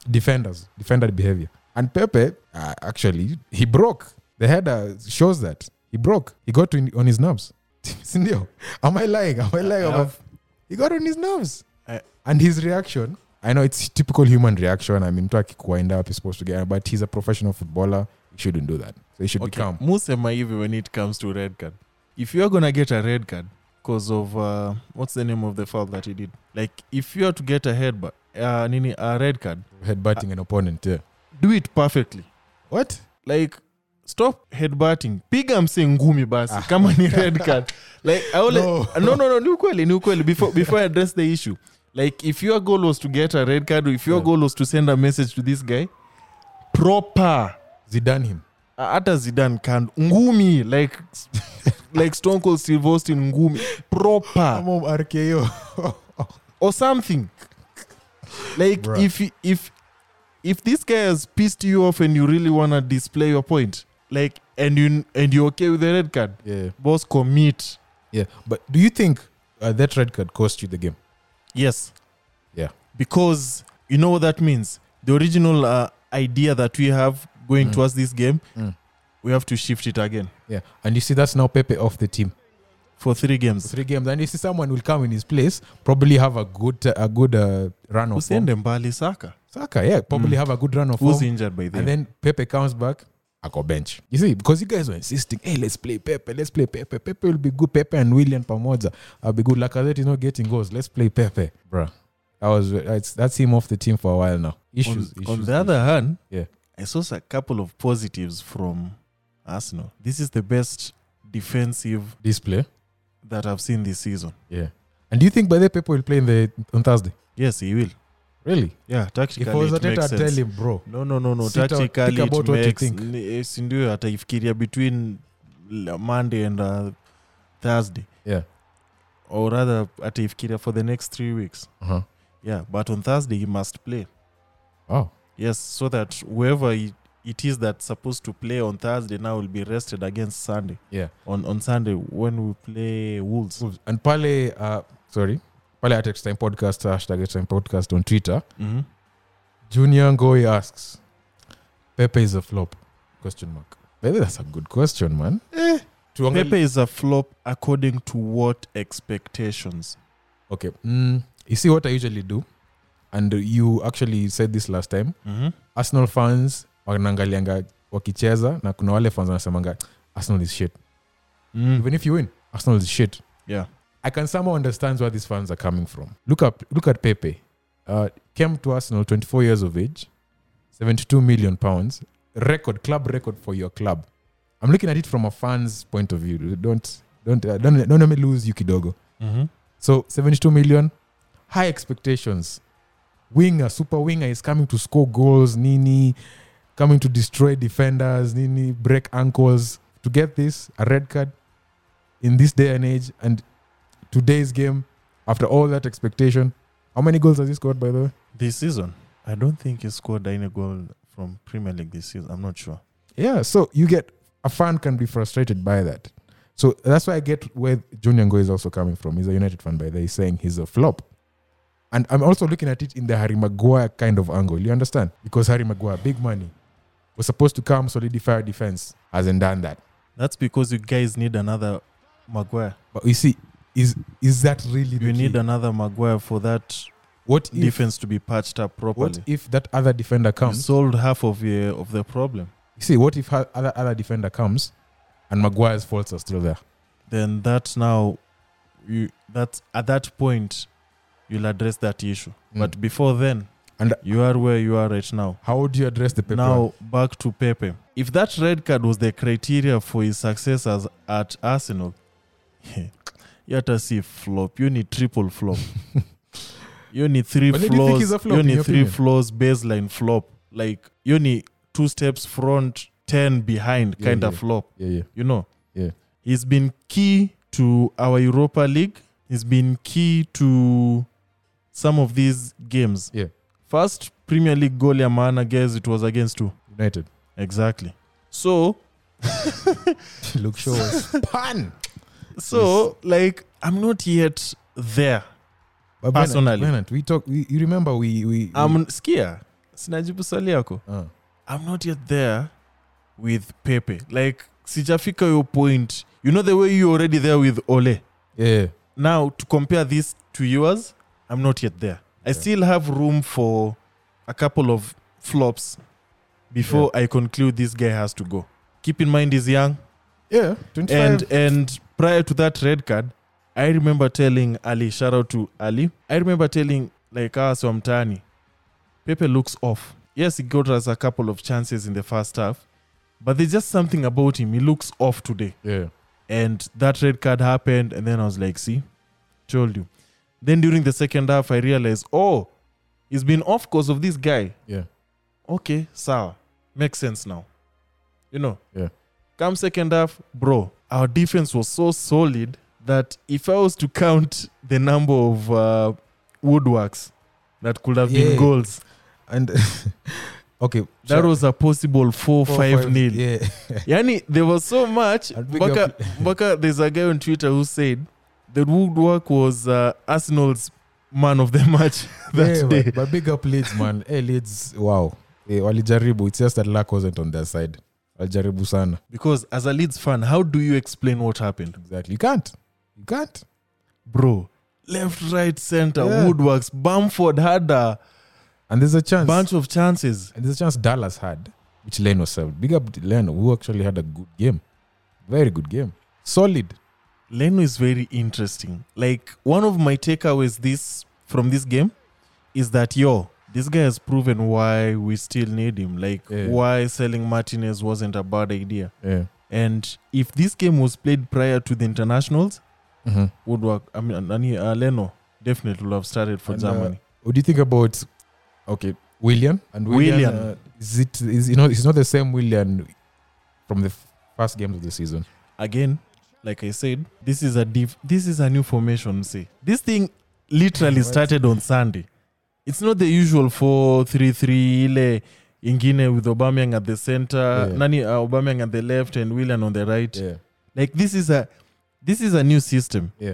[SPEAKER 4] defenders defender behavior and pepe uh, actually he broke the header shows that he broke he got in, on his nerves sindio am i lying am i lying
[SPEAKER 3] Yeah.
[SPEAKER 4] he got on his nerves
[SPEAKER 3] I-
[SPEAKER 4] and his reaction i know it's typical human reaction i mean mtu akikuwind up he's supposed to get but he's a professional footballer he shouldn't do that so he should be
[SPEAKER 3] Okay.
[SPEAKER 4] calm
[SPEAKER 3] Musema hivi when it comes to red card. If you're gonna get a red card because of uh, what's the name of the foul that he did? Like if you are to get a head but uh, nini, a red card,
[SPEAKER 4] headbutting an opponent yeah
[SPEAKER 3] do it perfectly.
[SPEAKER 4] what
[SPEAKER 3] Like stop headbutting. Piga mse ngumi basi kama ni red card. Like I will
[SPEAKER 4] No.
[SPEAKER 3] no, no, no, ni ukweli, ni ukweli. Before, before I address the issue, Like, if your goal was to get a red card, or if your
[SPEAKER 4] Yeah.
[SPEAKER 3] goal was to send a message to this guy, proper
[SPEAKER 4] Zidane him.
[SPEAKER 3] hata Zidane can ngumi like like Stone Cold Steve Austin ngumi proper
[SPEAKER 4] Ama RKO.
[SPEAKER 3] or something. Like
[SPEAKER 4] Bruh.
[SPEAKER 3] if you- if if this guy has pissed you off and you really wanna display your point, like and you and you're okay with the red card,
[SPEAKER 4] yeah.
[SPEAKER 3] boss commit.
[SPEAKER 4] Yeah. But do you think uh, that red card cost you the game?
[SPEAKER 3] Yes.
[SPEAKER 4] Yeah.
[SPEAKER 3] Because you know what that means. The original uh, idea that we have going
[SPEAKER 4] Mm.
[SPEAKER 3] towards this game,
[SPEAKER 4] Mm.
[SPEAKER 3] we have to shift it again
[SPEAKER 4] Yeah. And you see, that's now Pepe off the team.
[SPEAKER 3] for three games.
[SPEAKER 4] Three games. And you see, someone will come in his place, probably have a good a good uh, run of form.
[SPEAKER 3] Usende mbali Saka.
[SPEAKER 4] Saka, yeah. Probably have a good run of
[SPEAKER 3] Mm. Who's
[SPEAKER 4] form.
[SPEAKER 3] injured by then?
[SPEAKER 4] And then Pepe comes back. I go bench. You see, because you guys were insisting, hey, let's play Pepe, let's play Pepe. Pepe will be good. Pepe and William Pamoza. I'll be good. Lacazette is not getting goals. Let's play Pepe, bruh. I was it's, that's him off the team for a while now.
[SPEAKER 3] on,
[SPEAKER 4] Issues. issues
[SPEAKER 3] on the other hand,
[SPEAKER 4] Yeah.
[SPEAKER 3] I saw a couple of positives from Arsenal. This is the best defensive
[SPEAKER 4] display,
[SPEAKER 3] that I've seen this season.
[SPEAKER 4] yeah. And do you think by the Pepe will play in the on Thursday?
[SPEAKER 3] Yes, he will.
[SPEAKER 4] Really?
[SPEAKER 3] Yeah,
[SPEAKER 4] If
[SPEAKER 3] tactically
[SPEAKER 4] I was
[SPEAKER 3] it
[SPEAKER 4] at it,
[SPEAKER 3] makes
[SPEAKER 4] I'd
[SPEAKER 3] sense.
[SPEAKER 4] tell him, bro.
[SPEAKER 3] No, no, no, no.
[SPEAKER 4] Sit down, think
[SPEAKER 3] tactically it
[SPEAKER 4] about what you
[SPEAKER 3] makes
[SPEAKER 4] think.
[SPEAKER 3] n- eh, si ndio ataifikiria between l- Monday and uh, Thursday
[SPEAKER 4] Yeah.
[SPEAKER 3] or rather ataifikiria for the next 3 weeks.
[SPEAKER 4] Uh-huh.
[SPEAKER 3] Yeah, but on Thursday he must play.
[SPEAKER 4] Oh.
[SPEAKER 3] Yes, so that whoever it, it is that's supposed to play on Thursday now will be rested against Sunday.
[SPEAKER 4] Yeah.
[SPEAKER 3] On on Sunday when we play Wolves.
[SPEAKER 4] And Pale uh sorry. Pale at X Time Podcast, hashtag X Time Podcast on Twitter.
[SPEAKER 3] Mm-hmm.
[SPEAKER 4] Junior Ngoi asks, Pepe is a flop? Question mark. Maybe that's a good question, man. Tuangali-
[SPEAKER 3] Eh. Pepe is a flop according to what expectations?
[SPEAKER 4] Okay. Mm, you see what I usually do? And you actually said this last time.
[SPEAKER 3] Mm-hmm.
[SPEAKER 4] Arsenal fans wanaangalianga wakicheza na kuna wale fans wanasemanga Arsenal is shit.
[SPEAKER 3] Mm-hmm.
[SPEAKER 4] Even if you win, Arsenal is shit.
[SPEAKER 3] Mm. Yeah.
[SPEAKER 4] I can somehow understand where these fans are coming from. Look up look at Pepe. Uh, came to Arsenal 24 years of age, 72 million pounds, record club record for your club. I'm looking at it from a fan's point of view. Don't don't uh, don't don't let me lose Yukidogo.
[SPEAKER 3] Mm-hmm.
[SPEAKER 4] So 72 million, high expectations. Winger, super winger is coming to score goals, Nini, coming to destroy defenders, Nini, break ankles. To get this, a red card in this day and age, and today's game, after all that expectation, how many goals has he scored, by the way?
[SPEAKER 3] This season, I don't think he scored any goal from Premier League this season. I'm not sure.
[SPEAKER 4] Yeah, so you get a fan can be frustrated by that. So that's why I get where Junior Ngo is also coming from. He's a United fan, by the way. He's saying he's a flop. And I'm also looking at it in the Harry Maguire kind of angle. You understand? Because Harry Maguire, big money, was supposed to come solidify our defense, hasn't done that.
[SPEAKER 3] That's because you guys need another Maguire.
[SPEAKER 4] But you see, is is that really the
[SPEAKER 3] You need
[SPEAKER 4] key?
[SPEAKER 3] another Maguire for that
[SPEAKER 4] what if,
[SPEAKER 3] defense to be patched up properly.
[SPEAKER 4] what if that other defender
[SPEAKER 3] You
[SPEAKER 4] comes?
[SPEAKER 3] solved half of the of the problem.
[SPEAKER 4] You see, what if ha- other other defender comes, and Maguire's faults are still there?
[SPEAKER 3] Then that now, you that at that point, you'll address that issue. But before then,
[SPEAKER 4] Mm. And-
[SPEAKER 3] you are where you are right now.
[SPEAKER 4] How would you address the Pepe one?
[SPEAKER 3] Now back to Pepe. If that red card was the criteria for his successors at Arsenal, you have to see flop. You need triple flop. you need three
[SPEAKER 4] But then you think
[SPEAKER 3] floors.
[SPEAKER 4] he's a flop,
[SPEAKER 3] you
[SPEAKER 4] in your
[SPEAKER 3] need three
[SPEAKER 4] opinion?
[SPEAKER 3] floors baseline flop. Like you need two steps front, ten behind
[SPEAKER 4] Yeah,
[SPEAKER 3] kind of
[SPEAKER 4] yeah.
[SPEAKER 3] flop.
[SPEAKER 4] Yeah, yeah.
[SPEAKER 3] You know.
[SPEAKER 4] Yeah.
[SPEAKER 3] He's been key to our Europa League. He's been key to some of these games.
[SPEAKER 4] Yeah.
[SPEAKER 3] First Premier League goal ya maana guys it was against two.
[SPEAKER 4] United.
[SPEAKER 3] Exactly. So,
[SPEAKER 4] Look, show us. Pan.
[SPEAKER 3] so like I'm not yet there.
[SPEAKER 4] But
[SPEAKER 3] Personally.
[SPEAKER 4] Bernard, Bernard, we talk. We, you remember we we. we
[SPEAKER 3] I'm skia. Sinajibu swali yako.
[SPEAKER 4] uh,
[SPEAKER 3] I'm not yet there with Pepe. Like sijafika your point. You know the way you already there with Ole.
[SPEAKER 4] yeah.
[SPEAKER 3] Now to compare this to yours, I'm not yet there. I
[SPEAKER 4] Okay.
[SPEAKER 3] still have room for a couple of flops before I conclude this guy has to go. Keep in mind he's young.
[SPEAKER 4] Yeah. Twenty
[SPEAKER 3] and
[SPEAKER 4] five.
[SPEAKER 3] and prior to that red card i remember telling ali shout out to ali i remember telling like ah, us mtani pepe looks off yes he got us a couple of chances in the first half but there's just something about him he looks off today
[SPEAKER 4] Yeah.
[SPEAKER 3] and that red card happened and then i was like see told you Then during the second half, I realized, oh, he's been off because of this guy.
[SPEAKER 4] Yeah.
[SPEAKER 3] Okay, sawa. Makes sense now. You know?
[SPEAKER 4] Yeah.
[SPEAKER 3] Come second half, bro, our defense was so solid that if I was to count the number of uh, woodworks that could have
[SPEAKER 4] Yeah.
[SPEAKER 3] been goals,
[SPEAKER 4] And okay,
[SPEAKER 3] that was a possible 4 5 nil.
[SPEAKER 4] Yeah,
[SPEAKER 3] yani there was so much
[SPEAKER 4] I'd pick
[SPEAKER 3] Baka,
[SPEAKER 4] up-
[SPEAKER 3] Baka, there's a guy on twitter who said the woodwork was uh, arsenal's man of the match that
[SPEAKER 4] yeah,
[SPEAKER 3] day
[SPEAKER 4] But, but big up Leeds, man. hey, Leeds, wow. Hey, walijaribu. It's just that luck wasn't on their side. Walijaribu sana.
[SPEAKER 3] because as a leeds fan how do you explain what happened
[SPEAKER 4] Exactly. You can't. You can't.
[SPEAKER 3] bro left right center
[SPEAKER 4] Yeah.
[SPEAKER 3] woodworks bamford had a
[SPEAKER 4] And there's a chance.
[SPEAKER 3] bunch of chances
[SPEAKER 4] And there's a chance Dallas had, which Leno served. Big up Leno, who actually had a good game. Very good game. Solid.
[SPEAKER 3] leno is very interesting like one of my takeaways this from this game is that yo this guy has proven why we still need him like
[SPEAKER 4] Yeah.
[SPEAKER 3] why selling martinez wasn't a bad idea
[SPEAKER 4] Yeah.
[SPEAKER 3] And if this game was played prior to the internationals,
[SPEAKER 4] Mm-hmm.
[SPEAKER 3] Woodwork, I mean, Nani, uh, Leno definitely would have started for
[SPEAKER 4] And, uh,
[SPEAKER 3] Germany.
[SPEAKER 4] What do you think about okay, William and William?
[SPEAKER 3] Willian.
[SPEAKER 4] uh, is it is you know it's not the same William from the f- first games of the season.
[SPEAKER 3] Again, like I said, this is a div- this is a new formation. See, this thing literally
[SPEAKER 4] Right.
[SPEAKER 3] started on Sunday. It's not the usual four three three ile ingine with Aubameyang at the center,
[SPEAKER 4] Yeah.
[SPEAKER 3] Nani uh, Aubameyang at the left, and Willian on the right.
[SPEAKER 4] Yeah,
[SPEAKER 3] Like this is a this is a new system.
[SPEAKER 4] yeah,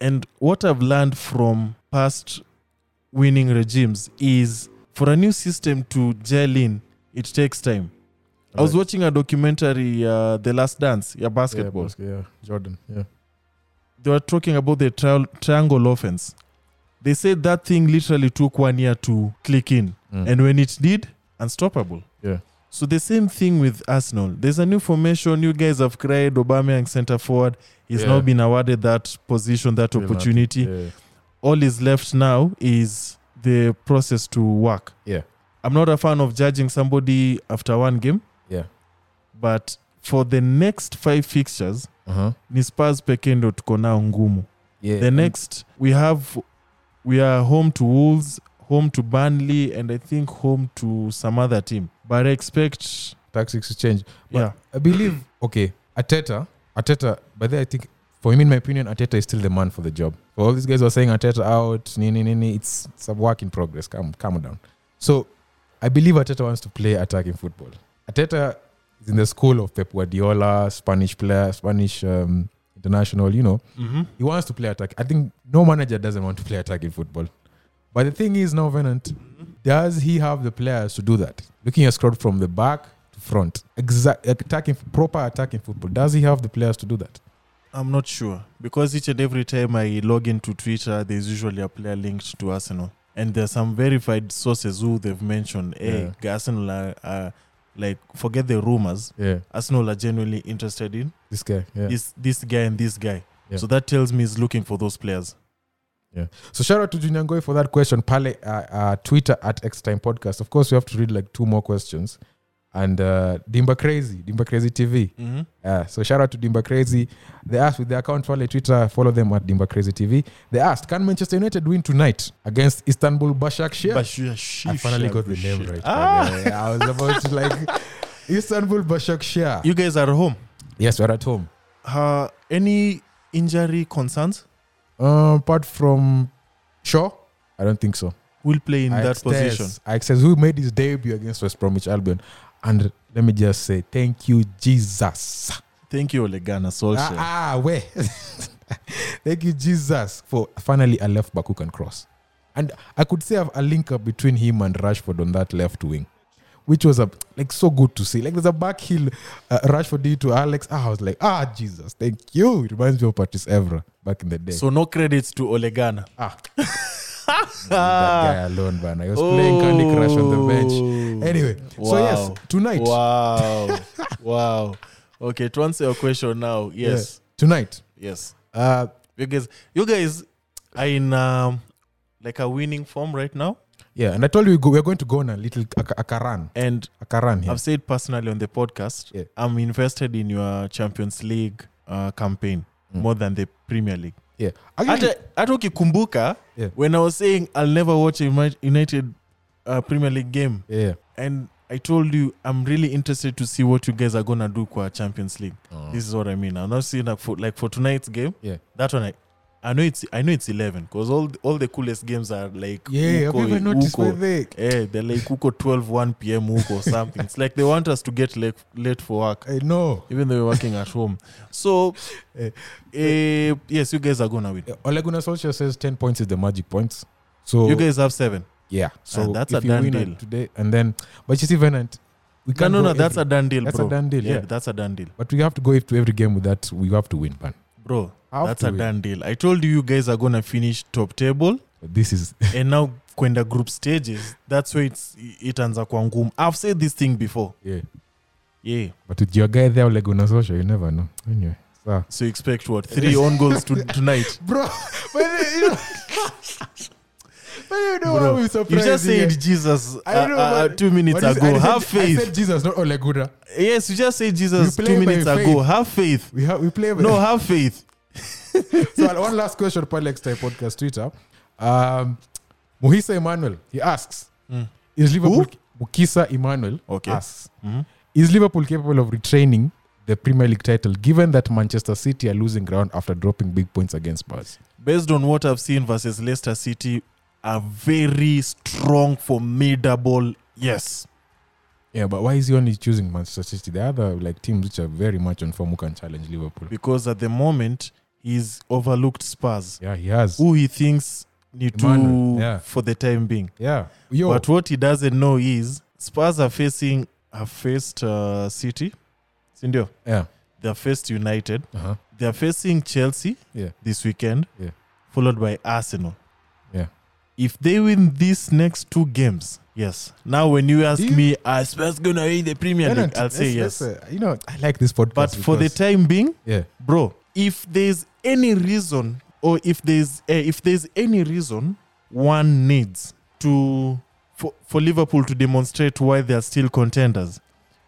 [SPEAKER 3] And what I've learned from past winning regimes is for a new system to gel in, it takes time. I was
[SPEAKER 4] Right.
[SPEAKER 3] watching a documentary, uh, The Last Dance, yeah,
[SPEAKER 4] Yeah,
[SPEAKER 3] basketball.
[SPEAKER 4] basket, yeah, Jordan. Yeah,
[SPEAKER 3] they were talking about the trial, triangle offense. They said that thing literally took one year to click in.
[SPEAKER 4] Mm.
[SPEAKER 3] And when it did, unstoppable.
[SPEAKER 4] Yeah.
[SPEAKER 3] So the same thing with Arsenal. There's a new formation. You guys have cried Aubameyang centre forward. He's
[SPEAKER 4] Yeah.
[SPEAKER 3] now been awarded that position, that
[SPEAKER 4] Real Madrid,
[SPEAKER 3] opportunity
[SPEAKER 4] yeah,
[SPEAKER 3] all is left now is the process to work.
[SPEAKER 4] Yeah.
[SPEAKER 3] I'm not a fan of judging somebody after one game,
[SPEAKER 4] yeah.
[SPEAKER 3] but for the next five fixtures,
[SPEAKER 4] Uh huh.
[SPEAKER 3] ni Spurs pekee ndo tuko nao ngumu.
[SPEAKER 4] Yeah.
[SPEAKER 3] The next we have we are home to Wolves, home to Burnley and I think home to some other team. But I expect
[SPEAKER 4] tactics to change. But
[SPEAKER 3] yeah,
[SPEAKER 4] I believe okay, Ateta, Ateta. But then I think, for me, in my opinion, Ateta is still the man for the job. For all these guys who are saying Ateta out, nini nini, it's it's a work in progress. Come calm down. So, I believe Ateta wants to play attacking football. Ateta is in the school of Pep Guardiola, Spanish player, Spanish um, international. You know,
[SPEAKER 3] mm-hmm.
[SPEAKER 4] he wants to play attack. I think no manager doesn't want to play attacking football. But the thing is now, Venant, does he have the players to do that? Looking at squad from the back to front, exact attacking proper attacking football. Does he have the players to do that?
[SPEAKER 3] I'm not sure because each and every time I log into Twitter, there's usually a player linked to Arsenal, and there's some verified sources who they've mentioned. Hey, Arsenal are, are like forget the rumors.
[SPEAKER 4] Yeah,
[SPEAKER 3] Arsenal are genuinely interested in
[SPEAKER 4] this guy. Yeah.
[SPEAKER 3] this this guy and this guy.
[SPEAKER 4] Yeah.
[SPEAKER 3] So that tells me he's looking for those players.
[SPEAKER 4] So shout out to Junior Ngoi for that question. Pale uh, uh, Twitter at X Time Podcast. Of course, we have to read like two more questions. And uh, Dimba Crazy, Dimba Crazy TV.
[SPEAKER 3] Mm-hmm.
[SPEAKER 4] Uh, so shout out to Dimba Crazy. They asked with their account follow Twitter, follow them at Dimba Crazy TV. They asked, can Manchester United win tonight against Istanbul Başakşehir?
[SPEAKER 3] But she, she,
[SPEAKER 4] I finally
[SPEAKER 3] she-
[SPEAKER 4] got the name
[SPEAKER 3] she-
[SPEAKER 4] right.
[SPEAKER 3] Ah,
[SPEAKER 4] Yeah, I was about to like Istanbul Başakşehir.
[SPEAKER 3] you guys are home.
[SPEAKER 4] yes, we're at home.
[SPEAKER 3] Uh, any injury concerns?
[SPEAKER 4] Uh, apart from Shaw, I don't think so.
[SPEAKER 3] We'll play in that
[SPEAKER 4] Ix
[SPEAKER 3] position.
[SPEAKER 4] Tez- Ix Tez, who made his debut against West Bromwich Albion, and let me just say, thank you, Jesus.
[SPEAKER 3] Thank you, Ole Gunnar Solskjaer.
[SPEAKER 4] Ah, ah where? Thank you, Jesus, for finally a left back who can cross. And I could say I've a link up between him and Rashford on that left wing, which was a, like so good to see. Like there's a back heel uh, Rashford did to Alex. Ah, I was like, ah, Jesus, thank you. It reminds me of Patrice Evra back in the day.
[SPEAKER 3] So no credits to Ole Gunnar.
[SPEAKER 4] ah, that
[SPEAKER 3] Ah.
[SPEAKER 4] guy alone, man. I was playing Candy Crush on the bench. Anyway, so yes,
[SPEAKER 3] Oh. Wow.
[SPEAKER 4] tonight,
[SPEAKER 3] Wow. wow. Okay, to answer your question now, yes.
[SPEAKER 4] tonight,
[SPEAKER 3] Yes.
[SPEAKER 4] uh,
[SPEAKER 3] You guys you guys are in um, like a winning form right now.
[SPEAKER 4] yeah. And I told you we go, we're going to go on a little a, a Karan,
[SPEAKER 3] And
[SPEAKER 4] a Karan here.
[SPEAKER 3] I've said personally on the podcast,
[SPEAKER 4] Yeah.
[SPEAKER 3] I'm invested in your Champions League uh, campaign
[SPEAKER 4] Mm.
[SPEAKER 3] more than the Premier League.
[SPEAKER 4] yeah. Actually,
[SPEAKER 3] hata hata ukikumbuka
[SPEAKER 4] Yeah.
[SPEAKER 3] when i was saying i'll never watch a Uni- united uh, premier league game
[SPEAKER 4] yeah.
[SPEAKER 3] and i told you i'm really interested to see what you guys are gonna do kwa champions league
[SPEAKER 4] Oh.
[SPEAKER 3] this is what i mean i'm not seeing like for, like for tonight's game
[SPEAKER 4] Yeah.
[SPEAKER 3] that one i I know it's I know it's eleven because all the, all the coolest games are like
[SPEAKER 4] Yeah, have
[SPEAKER 3] huko,
[SPEAKER 4] you ever noticed
[SPEAKER 3] huko.
[SPEAKER 4] where they
[SPEAKER 3] Eh, they're like Uko 12, 1 p.m. Uko or something. it's like they want us to get late, late for work,
[SPEAKER 4] I know.
[SPEAKER 3] even though we're working at home. So, eh, eh, yes, you guys are going to win.
[SPEAKER 4] Ole Gunnar Solskjaer says 10 points is the magic points. So
[SPEAKER 3] You guys have seven.
[SPEAKER 4] yeah. So
[SPEAKER 3] Ah, that's
[SPEAKER 4] if
[SPEAKER 3] a
[SPEAKER 4] you
[SPEAKER 3] done
[SPEAKER 4] win
[SPEAKER 3] deal.
[SPEAKER 4] it today and then but you see Venant, we
[SPEAKER 3] No,
[SPEAKER 4] can't
[SPEAKER 3] no,
[SPEAKER 4] go
[SPEAKER 3] no, that's a
[SPEAKER 4] every-
[SPEAKER 3] done deal,
[SPEAKER 4] that's
[SPEAKER 3] bro.
[SPEAKER 4] a done deal.
[SPEAKER 3] yeah,
[SPEAKER 4] Yeah.
[SPEAKER 3] that's a done deal.
[SPEAKER 4] But we have to go to every game with that. We have to win, man.
[SPEAKER 3] Bro,
[SPEAKER 4] Have
[SPEAKER 3] that's
[SPEAKER 4] to
[SPEAKER 3] a
[SPEAKER 4] win.
[SPEAKER 3] done deal. I told you you guys are going to finish top table
[SPEAKER 4] This is
[SPEAKER 3] and now kwenda group stages. That's where it's, it ends up ngumu. I've said this thing before.
[SPEAKER 4] yeah.
[SPEAKER 3] Yeah.
[SPEAKER 4] But with your guy there, Ole Gunnar Solskjaer, you never know. Anyway, so
[SPEAKER 3] So you expect what? Three own goals to, tonight.
[SPEAKER 4] bro, but you know, but you know
[SPEAKER 3] Bro,
[SPEAKER 4] what we
[SPEAKER 3] You
[SPEAKER 4] surprised
[SPEAKER 3] just said Jesus uh,
[SPEAKER 4] I don't know,
[SPEAKER 3] uh,
[SPEAKER 4] but-
[SPEAKER 3] two minutes
[SPEAKER 4] What is-
[SPEAKER 3] ago.
[SPEAKER 4] I
[SPEAKER 3] Have
[SPEAKER 4] said- I
[SPEAKER 3] faith.
[SPEAKER 4] said Jesus, not Ole Gunnar.
[SPEAKER 3] Yes, you just said Jesus
[SPEAKER 4] You
[SPEAKER 3] two
[SPEAKER 4] play by
[SPEAKER 3] minutes ago.
[SPEAKER 4] faith.
[SPEAKER 3] Have faith.
[SPEAKER 4] We have we play. with-
[SPEAKER 3] No, have faith.
[SPEAKER 4] so one last question for Alex Type Podcast Twitter. Um, Muhisa Emmanuel, he asks,
[SPEAKER 3] Mm.
[SPEAKER 4] is Liverpool Mukisa Emmanuel
[SPEAKER 3] Okay.
[SPEAKER 4] asks,
[SPEAKER 3] Mhm.
[SPEAKER 4] is Liverpool capable of retraining the Premier League title given that Manchester City are losing ground after dropping big points against Spurs?
[SPEAKER 3] Based on what I've seen versus Leicester City, a very strong, formidable yes.
[SPEAKER 4] Yeah, but why is he only choosing Manchester City? The other like teams which are very much on form who can challenge Liverpool.
[SPEAKER 3] Because at the moment he's overlooked Spurs,
[SPEAKER 4] Yeah, he has.
[SPEAKER 3] who he thinks need to
[SPEAKER 4] Emmanuel, yeah.
[SPEAKER 3] for the time being.
[SPEAKER 4] Yeah, yo,
[SPEAKER 3] But what he doesn't know is Spurs are facing have faced uh, City, Sindio.
[SPEAKER 4] yeah,
[SPEAKER 3] They're faced United.
[SPEAKER 4] uh-huh.
[SPEAKER 3] They're facing Chelsea
[SPEAKER 4] Yeah.
[SPEAKER 3] this weekend,
[SPEAKER 4] Yeah.
[SPEAKER 3] followed by Arsenal.
[SPEAKER 4] Yeah.
[SPEAKER 3] If they win these next two games, yes. Now, when you ask
[SPEAKER 4] Do you-
[SPEAKER 3] me, are Spurs going to win the Premier League? I'll say yes.
[SPEAKER 4] uh, You know, I like this podcast.
[SPEAKER 3] But for the
[SPEAKER 4] because-
[SPEAKER 3] time being,
[SPEAKER 4] yeah,
[SPEAKER 3] bro, if there's any reason or if there's eh, if there's any reason one needs to for, for Liverpool to demonstrate why they are still contenders,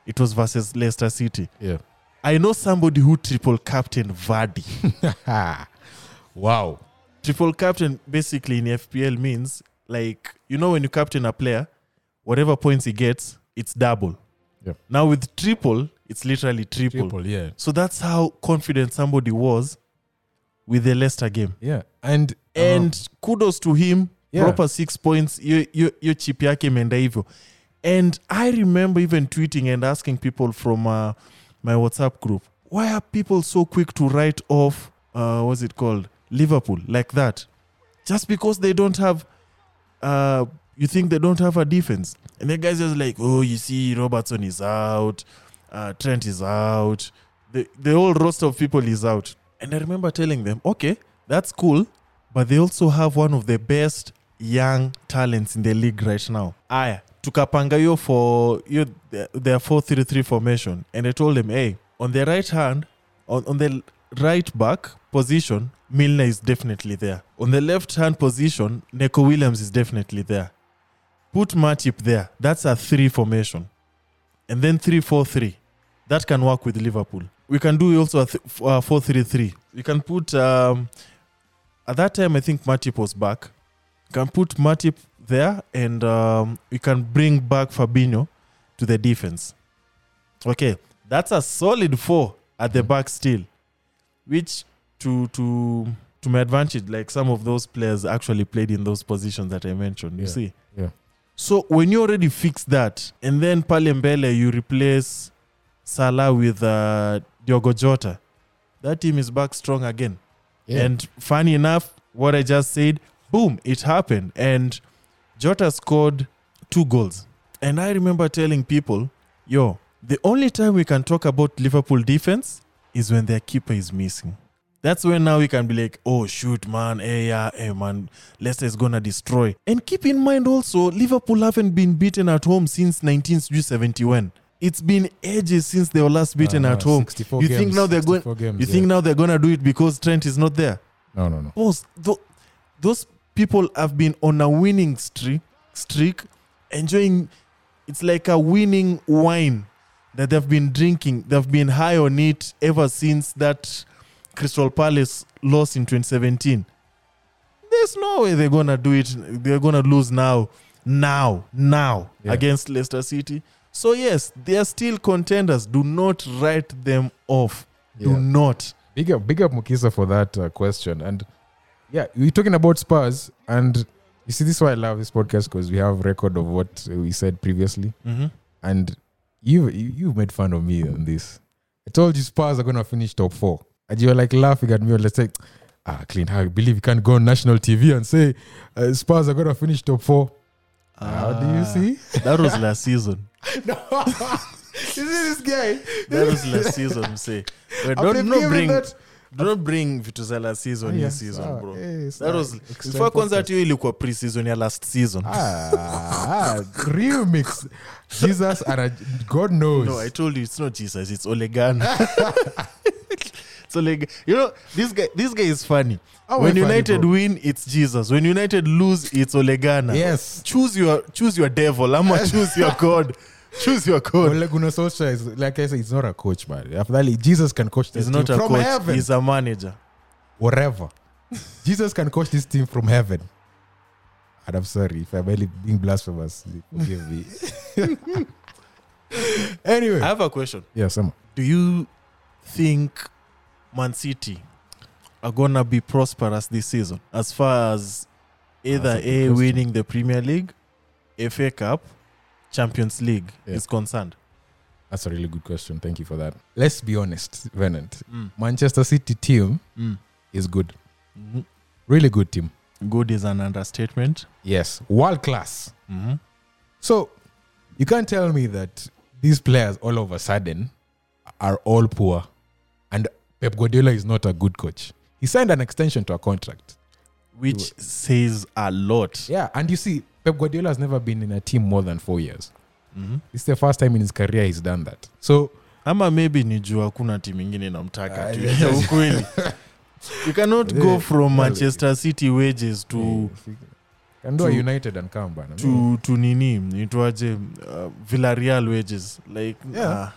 [SPEAKER 3] it was versus Leicester City.
[SPEAKER 4] yeah.
[SPEAKER 3] I know somebody who triple captain Vardy.
[SPEAKER 4] Ha. wow.
[SPEAKER 3] triple captain basically in FPL means like you know when you captain a player, whatever points he gets, it's double.
[SPEAKER 4] Yep.
[SPEAKER 3] Now with triple, it's literally triple.
[SPEAKER 4] yeah.
[SPEAKER 3] So that's how confident somebody was with the Leicester game.
[SPEAKER 4] Yeah. And
[SPEAKER 3] And kudos to him,
[SPEAKER 4] Uh-huh. Yeah.
[SPEAKER 3] proper six points. Yo, yo, yo chip yake imeenda hivyo. And I remember even tweeting and asking people from uh, my WhatsApp group, why are people so quick to write off uh, what's it called Liverpool like that? Just because they don't have, uh, you think they don't have a defense, and the guys just like, oh, you see, Robertson is out, uh, Trent is out, the the whole roster of people is out. And I remember telling them, okay, that's cool, but they also have one of the best young talents in the league right now. Aya, tukapanga hiyo for hiyo their 4-3-3 formation and I told them, hey, on the right hand, on, on the right back position, Milner is definitely there. On the left hand position, Neko Williams is definitely there. Put Matip there. That's a three formation. And then 3 4 3. That can work with Liverpool. We can do also a th- f- uh, 4 3 3. We can put, um, at that time, I think Matip was back. We can put Matip there and um, we can bring back Fabinho to the defense. Okay, that's a solid four at the back still, which to to to my advantage, like some of those players actually played in those positions that I mentioned. You
[SPEAKER 4] Yeah,
[SPEAKER 3] see,
[SPEAKER 4] yeah.
[SPEAKER 3] So when you already fix that, and then Palembele, you replace Salah with uh, Diogo Jota, that team is back strong again.
[SPEAKER 4] yeah.
[SPEAKER 3] And funny enough, what I just said, boom, it happened. And Jota scored two goals. And I remember telling people, yo, the only time we can talk about Liverpool defense is when their keeper is missing. That's when now we can be like, oh, shoot, man. Hey, yeah, hey, man. Leicester is going to destroy. And keep in mind also, Liverpool haven't been beaten at home since 1971. It's been ages since they were last beaten
[SPEAKER 4] Uh,
[SPEAKER 3] at home.
[SPEAKER 4] 64
[SPEAKER 3] You think
[SPEAKER 4] games,
[SPEAKER 3] now they're going-
[SPEAKER 4] 64 Games,
[SPEAKER 3] You think now they're gonna do it because Trent is not there?
[SPEAKER 4] No, no, no.
[SPEAKER 3] Boss, tho- those people have been on a winning streak, streak, enjoying. It's like a winning wine that they've been drinking. They've been high on it ever since that Crystal Palace loss in 2017. There's no way they're gonna do it. They're gonna lose now, now, now
[SPEAKER 4] Yeah.
[SPEAKER 3] against Leicester City. So yes, they are still contenders. Do not write them off. Do
[SPEAKER 4] Yeah.
[SPEAKER 3] not.
[SPEAKER 4] Big up, big up Mukisa for that uh, question. And yeah, we're talking about Spurs, and you see, this is why I love this podcast because we have record of what we said previously, and you you- you've made fun of me on this. I told you Spurs are gonna finish top four, and you were like laughing at me. Let's say, ah, clean. I believe you can't go on national TV and say uh, Spurs are gonna finish top four. How do you
[SPEAKER 3] Ah,
[SPEAKER 4] see?
[SPEAKER 3] That was last season.
[SPEAKER 4] no. you see this guy?
[SPEAKER 3] That was last season. Say, But
[SPEAKER 4] After
[SPEAKER 3] don't no
[SPEAKER 4] giving
[SPEAKER 3] bring,
[SPEAKER 4] that-
[SPEAKER 3] don't bring vitu za last season hii
[SPEAKER 4] Yeah,
[SPEAKER 3] season
[SPEAKER 4] sawa.
[SPEAKER 3] bro.
[SPEAKER 4] Eh, sawa.
[SPEAKER 3] That was
[SPEAKER 4] Extra
[SPEAKER 3] before
[SPEAKER 4] podcast.
[SPEAKER 3] kwanza hati hiyo ilikuwa pre-season ya last season.
[SPEAKER 4] ah, ah, real mix. Jesus and a, God knows.
[SPEAKER 3] No, I told you it's not Jesus, it's Olegan. it's Olegan. You know, this guy this guy is funny.
[SPEAKER 4] How
[SPEAKER 3] when
[SPEAKER 4] am I funny,
[SPEAKER 3] United
[SPEAKER 4] bro?
[SPEAKER 3] win, it's Jesus. When United lose, it's Olegana.
[SPEAKER 4] yes.
[SPEAKER 3] Choose your choose your devil. I'm gonna choose your God. Choose your God.
[SPEAKER 4] Ole Gunnar Solskjaer is like I said, he's not a coach, man. After that, Jesus can coach this
[SPEAKER 3] He's not
[SPEAKER 4] team
[SPEAKER 3] a
[SPEAKER 4] from
[SPEAKER 3] coach,
[SPEAKER 4] heaven.
[SPEAKER 3] he's a manager.
[SPEAKER 4] Whatever. Jesus can coach this team from heaven. And I'm sorry if I'm really being blasphemous. Forgive me. anyway.
[SPEAKER 3] I have a question.
[SPEAKER 4] yeah, Sam.
[SPEAKER 3] Do you think Man City are gonna be prosperous this season as far as either
[SPEAKER 4] That's a good
[SPEAKER 3] a,
[SPEAKER 4] question.
[SPEAKER 3] winning the Premier League, FA Cup, Champions League
[SPEAKER 4] Yeah.
[SPEAKER 3] is concerned?
[SPEAKER 4] That's a really good question. Thank you for that. Let's be honest, Venant.
[SPEAKER 3] Mm.
[SPEAKER 4] Manchester City team is good.
[SPEAKER 3] Mhm.
[SPEAKER 4] Really Mm-hmm. good team.
[SPEAKER 3] Good is an understatement.
[SPEAKER 4] Yes, world class.
[SPEAKER 3] Mhm.
[SPEAKER 4] So you can't tell me that these players all of a sudden are all poor and Pep Guardiola is not a good coach. He signed an extension to a contract.
[SPEAKER 3] Which says a lot.
[SPEAKER 4] Yeah, and you see, Pep Guardiola has never been in a team more than four years.
[SPEAKER 3] Mhm.
[SPEAKER 4] It's the first time in his career he's done that. So
[SPEAKER 3] ama maybe ni juu hakuna timu ingine inamtaka
[SPEAKER 4] Ah,
[SPEAKER 3] tu
[SPEAKER 4] yes,
[SPEAKER 3] Ya
[SPEAKER 4] yes.
[SPEAKER 3] ukweli you cannot go from manchester city wages to
[SPEAKER 4] can do a
[SPEAKER 3] to-
[SPEAKER 4] United and come bana.
[SPEAKER 3] to, to nini nitwaje uh, villarreal wages like
[SPEAKER 4] Yeah.
[SPEAKER 3] ah.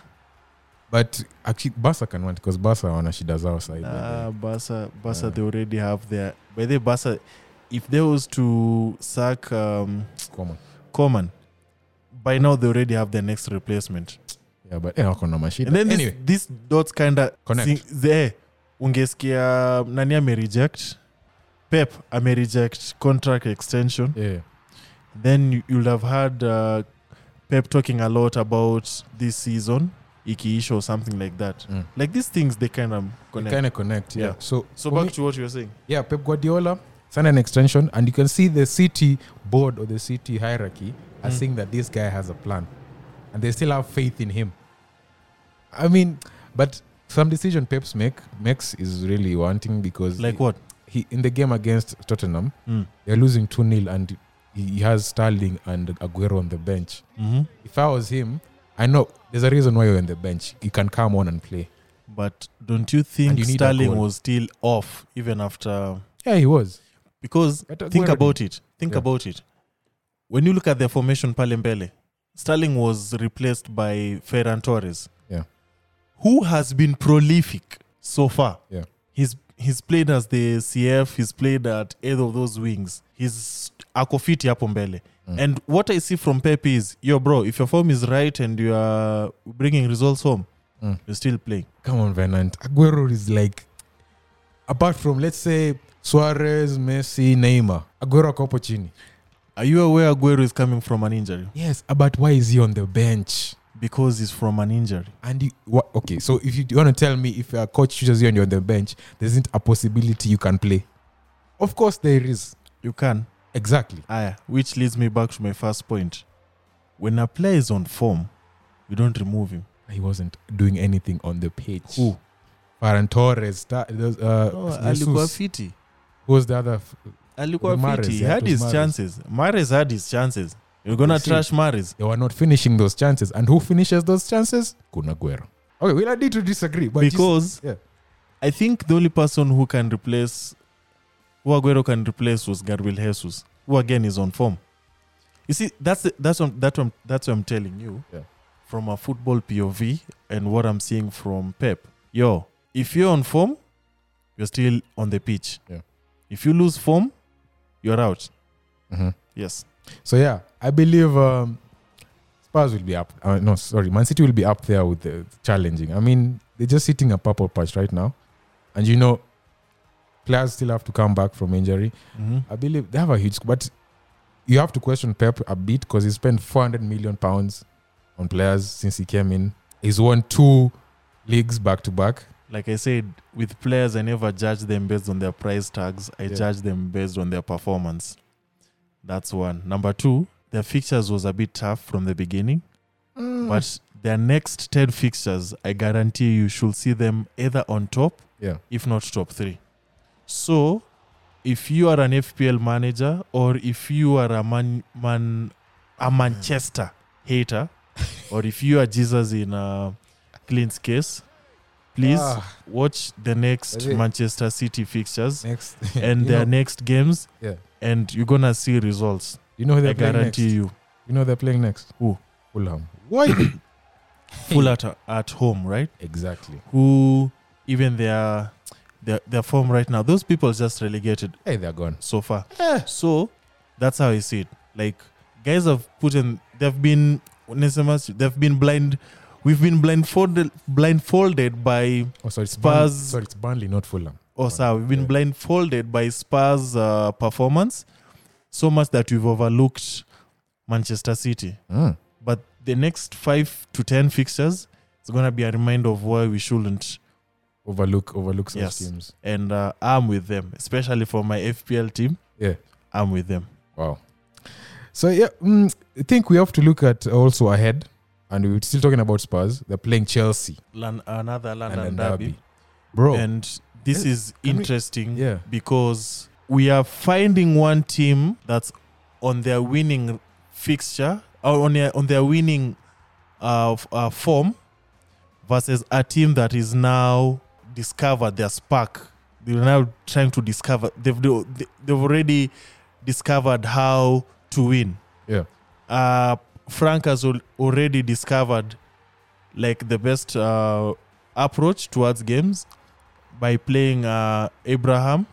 [SPEAKER 4] But actually, Barca can want because Barca wana shida zao sahi.
[SPEAKER 3] Ah, Barca, Barca,
[SPEAKER 4] Yeah.
[SPEAKER 3] they already have their. By the way, Barca, if they was to sack um,
[SPEAKER 4] Come on.
[SPEAKER 3] Coman, by now they already have their next replacement.
[SPEAKER 4] Yeah, but eh, wako na mashida.
[SPEAKER 3] And then
[SPEAKER 4] anyway,
[SPEAKER 3] this, this dots kind of
[SPEAKER 4] Connect.
[SPEAKER 3] there. eh, Ungeskia nani ame reject Pep ame reject contract extension.
[SPEAKER 4] yeah.
[SPEAKER 3] Then you, you'll have had uh, Pep talking a lot about this season, ikiisha or something like that.
[SPEAKER 4] Mm.
[SPEAKER 3] Like these things, they kind of connect.
[SPEAKER 4] kind of connect. Yeah.
[SPEAKER 3] Yeah.
[SPEAKER 4] So
[SPEAKER 3] so
[SPEAKER 4] for
[SPEAKER 3] back
[SPEAKER 4] me-
[SPEAKER 3] to what you were saying.
[SPEAKER 4] yeah, Pep Guardiola signed an extension, and you can see the city board or the city hierarchy are
[SPEAKER 3] Mm.
[SPEAKER 4] saying that this guy has a plan, and they still have faith in him. I mean, but some decision Pep's make makes is really wanting because
[SPEAKER 3] Like what?
[SPEAKER 4] he in the game against Tottenham
[SPEAKER 3] Mm.
[SPEAKER 4] they're losing two 0 and he he has Sterling and Aguero on the bench.
[SPEAKER 3] Mm-hmm.
[SPEAKER 4] If I was him, I know there's a reason why you're on the bench. You can come on and play.
[SPEAKER 3] But don't you think
[SPEAKER 4] you need a
[SPEAKER 3] Sterling
[SPEAKER 4] goal.
[SPEAKER 3] was still off even after?
[SPEAKER 4] Yeah, he was.
[SPEAKER 3] Because
[SPEAKER 4] At Aguero
[SPEAKER 3] think
[SPEAKER 4] did.
[SPEAKER 3] about it. Think
[SPEAKER 4] Yeah.
[SPEAKER 3] about it. When you look at the formation, Palembele, Sterling was replaced by Ferran Torres.
[SPEAKER 4] Yeah.
[SPEAKER 3] Who has been prolific so far?
[SPEAKER 4] Yeah.
[SPEAKER 3] He's he's played as the CF. He's played at either of those wings. He's akofiti hapo mbele.
[SPEAKER 4] Mm.
[SPEAKER 3] And what I see from Pep is, yo, bro, if your form is right and you are bringing results home,
[SPEAKER 4] Mm.
[SPEAKER 3] you're still playing.
[SPEAKER 4] come on, Venant. Aguero is like, apart from let's say Suarez, Messi, Neymar, Aguero kopo chini.
[SPEAKER 3] Are you aware Aguero is coming from an injury?
[SPEAKER 4] Yes, but why is he on the bench?
[SPEAKER 3] Because he's from an injury.
[SPEAKER 4] And you, what, okay, so if you want to tell me if a coach chooses you and you're on the bench, there isn't a possibility you can play. Of course, there is.
[SPEAKER 3] You can.
[SPEAKER 4] Exactly.
[SPEAKER 3] Aya. Which leads me back to my first point. When a player is on form, you don't remove him.
[SPEAKER 4] He wasn't doing anything on the pitch.
[SPEAKER 3] Who?
[SPEAKER 4] Ferran Torres. Sta- those, uh, Jesus.
[SPEAKER 3] Oh, fiti.
[SPEAKER 4] Who was the other? f-
[SPEAKER 3] Alikuwa
[SPEAKER 4] It was Mahrez,
[SPEAKER 3] fiti. He
[SPEAKER 4] yeah, it
[SPEAKER 3] had
[SPEAKER 4] was
[SPEAKER 3] his
[SPEAKER 4] Mahrez.
[SPEAKER 3] chances. Mares had his chances. You're gonna
[SPEAKER 4] You see?
[SPEAKER 3] trash Mares.
[SPEAKER 4] They were not finishing those chances. And who finishes those chances? Kun Aguero. Okay, well, I need to disagree. But just-
[SPEAKER 3] Because
[SPEAKER 4] yeah.
[SPEAKER 3] I think the only person who can replace who Aguero can replace was Gabriel Jesus, who again is on form. You see, that's the, that's what, that what, that's what I'm telling you.
[SPEAKER 4] Yeah.
[SPEAKER 3] From a football POV and what I'm seeing from Pep. Yo, if you're on form, you're still on the pitch.
[SPEAKER 4] Yeah.
[SPEAKER 3] If you lose form, you're out.
[SPEAKER 4] Mhm.
[SPEAKER 3] Yes.
[SPEAKER 4] So yeah, I believe um, Spurs will be up. Uh, no, sorry, Man City will be up there with the challenging. I mean, they're just hitting a purple patch right now, and you know, players still have to come back from injury.
[SPEAKER 3] Mm-hmm.
[SPEAKER 4] I believe they have a huge, but you have to question Pep a bit because he spent 400 million pounds on players since he came in. He's won two leagues back to back.
[SPEAKER 3] Like I said, with players, I never judge them based on their price tags. I
[SPEAKER 4] Yeah.
[SPEAKER 3] judge them based on their performance. That's one. Number two, their fixtures was a bit tough from the beginning,
[SPEAKER 4] Mm.
[SPEAKER 3] but their next 10 fixtures, I guarantee you should see them either on top
[SPEAKER 4] yeah,
[SPEAKER 3] if not top three. So, if you are an FPL manager or if you are a man, man a Manchester hater, or if you are Jesus in uh, Clint's case, please
[SPEAKER 4] Ah.
[SPEAKER 3] watch the next
[SPEAKER 4] That's it.
[SPEAKER 3] Manchester City fixtures
[SPEAKER 4] next
[SPEAKER 3] and
[SPEAKER 4] You
[SPEAKER 3] their
[SPEAKER 4] know-
[SPEAKER 3] next games,
[SPEAKER 4] yeah.
[SPEAKER 3] and you're gonna see results.
[SPEAKER 4] You know who
[SPEAKER 3] I
[SPEAKER 4] they're playing next.
[SPEAKER 3] guarantee
[SPEAKER 4] You.
[SPEAKER 3] you.
[SPEAKER 4] know who they're playing next.
[SPEAKER 3] Who?
[SPEAKER 4] Fulham.
[SPEAKER 3] Why? Full at, at home, right?
[SPEAKER 4] Exactly.
[SPEAKER 3] Who even their their their form right now? Those people just relegated.
[SPEAKER 4] Hey, they're gone.
[SPEAKER 3] so far.
[SPEAKER 4] Eh.
[SPEAKER 3] So that's how I see it. Like guys have put in they've been nisema si- they've been blind we've been blindfolded blindfolded by
[SPEAKER 4] Oh, sorry, it's
[SPEAKER 3] Spurs-
[SPEAKER 4] Burnley. Sorry, it's Burnley, not Fulham.
[SPEAKER 3] oh sorry, we've been
[SPEAKER 4] Yeah.
[SPEAKER 3] blindfolded by Spurs uh, performance so much that we've overlooked Manchester City.
[SPEAKER 4] Mm.
[SPEAKER 3] But the next five to ten fixtures is gonna be a reminder of why we shouldn't
[SPEAKER 4] Overlook, overlook such
[SPEAKER 3] Yes.
[SPEAKER 4] teams.
[SPEAKER 3] and uh, I'm with them, especially for my FPL team.
[SPEAKER 4] Yeah.
[SPEAKER 3] I'm with them.
[SPEAKER 4] Wow. So yeah, mm, I think we have to look at also ahead, and we're still talking about Spurs. They're playing Chelsea
[SPEAKER 3] Lan- another
[SPEAKER 4] and,
[SPEAKER 3] London
[SPEAKER 4] then
[SPEAKER 3] derby.
[SPEAKER 4] Derby, bro.
[SPEAKER 3] And this
[SPEAKER 4] Yeah,
[SPEAKER 3] is
[SPEAKER 4] can we-
[SPEAKER 3] interesting
[SPEAKER 4] yeah.
[SPEAKER 3] because we are finding one team that's on their winning fixture or on their, on their winning uh, f- uh, form versus a team that is now discovered their spark. They're now trying to discover. They've do- they- they've already discovered how to win.
[SPEAKER 4] Yeah.
[SPEAKER 3] Uh, Frank has al- already discovered like the best uh, approach towards games by playing uh, Abraham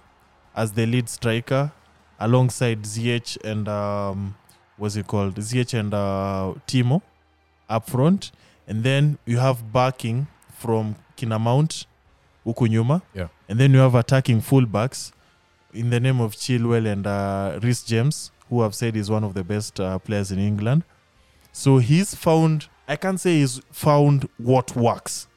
[SPEAKER 3] as the lead striker alongside ZH and um, what's it called? ZH and uh, Timo up front. And then you have backing from Kinamount, Ukunyuma.
[SPEAKER 4] Yeah.
[SPEAKER 3] And then you have attacking fullbacks in the name of Chilwell and uh, Rhys James, who I've said is one of the best uh, players in England. So he's found, I can't say he's found what works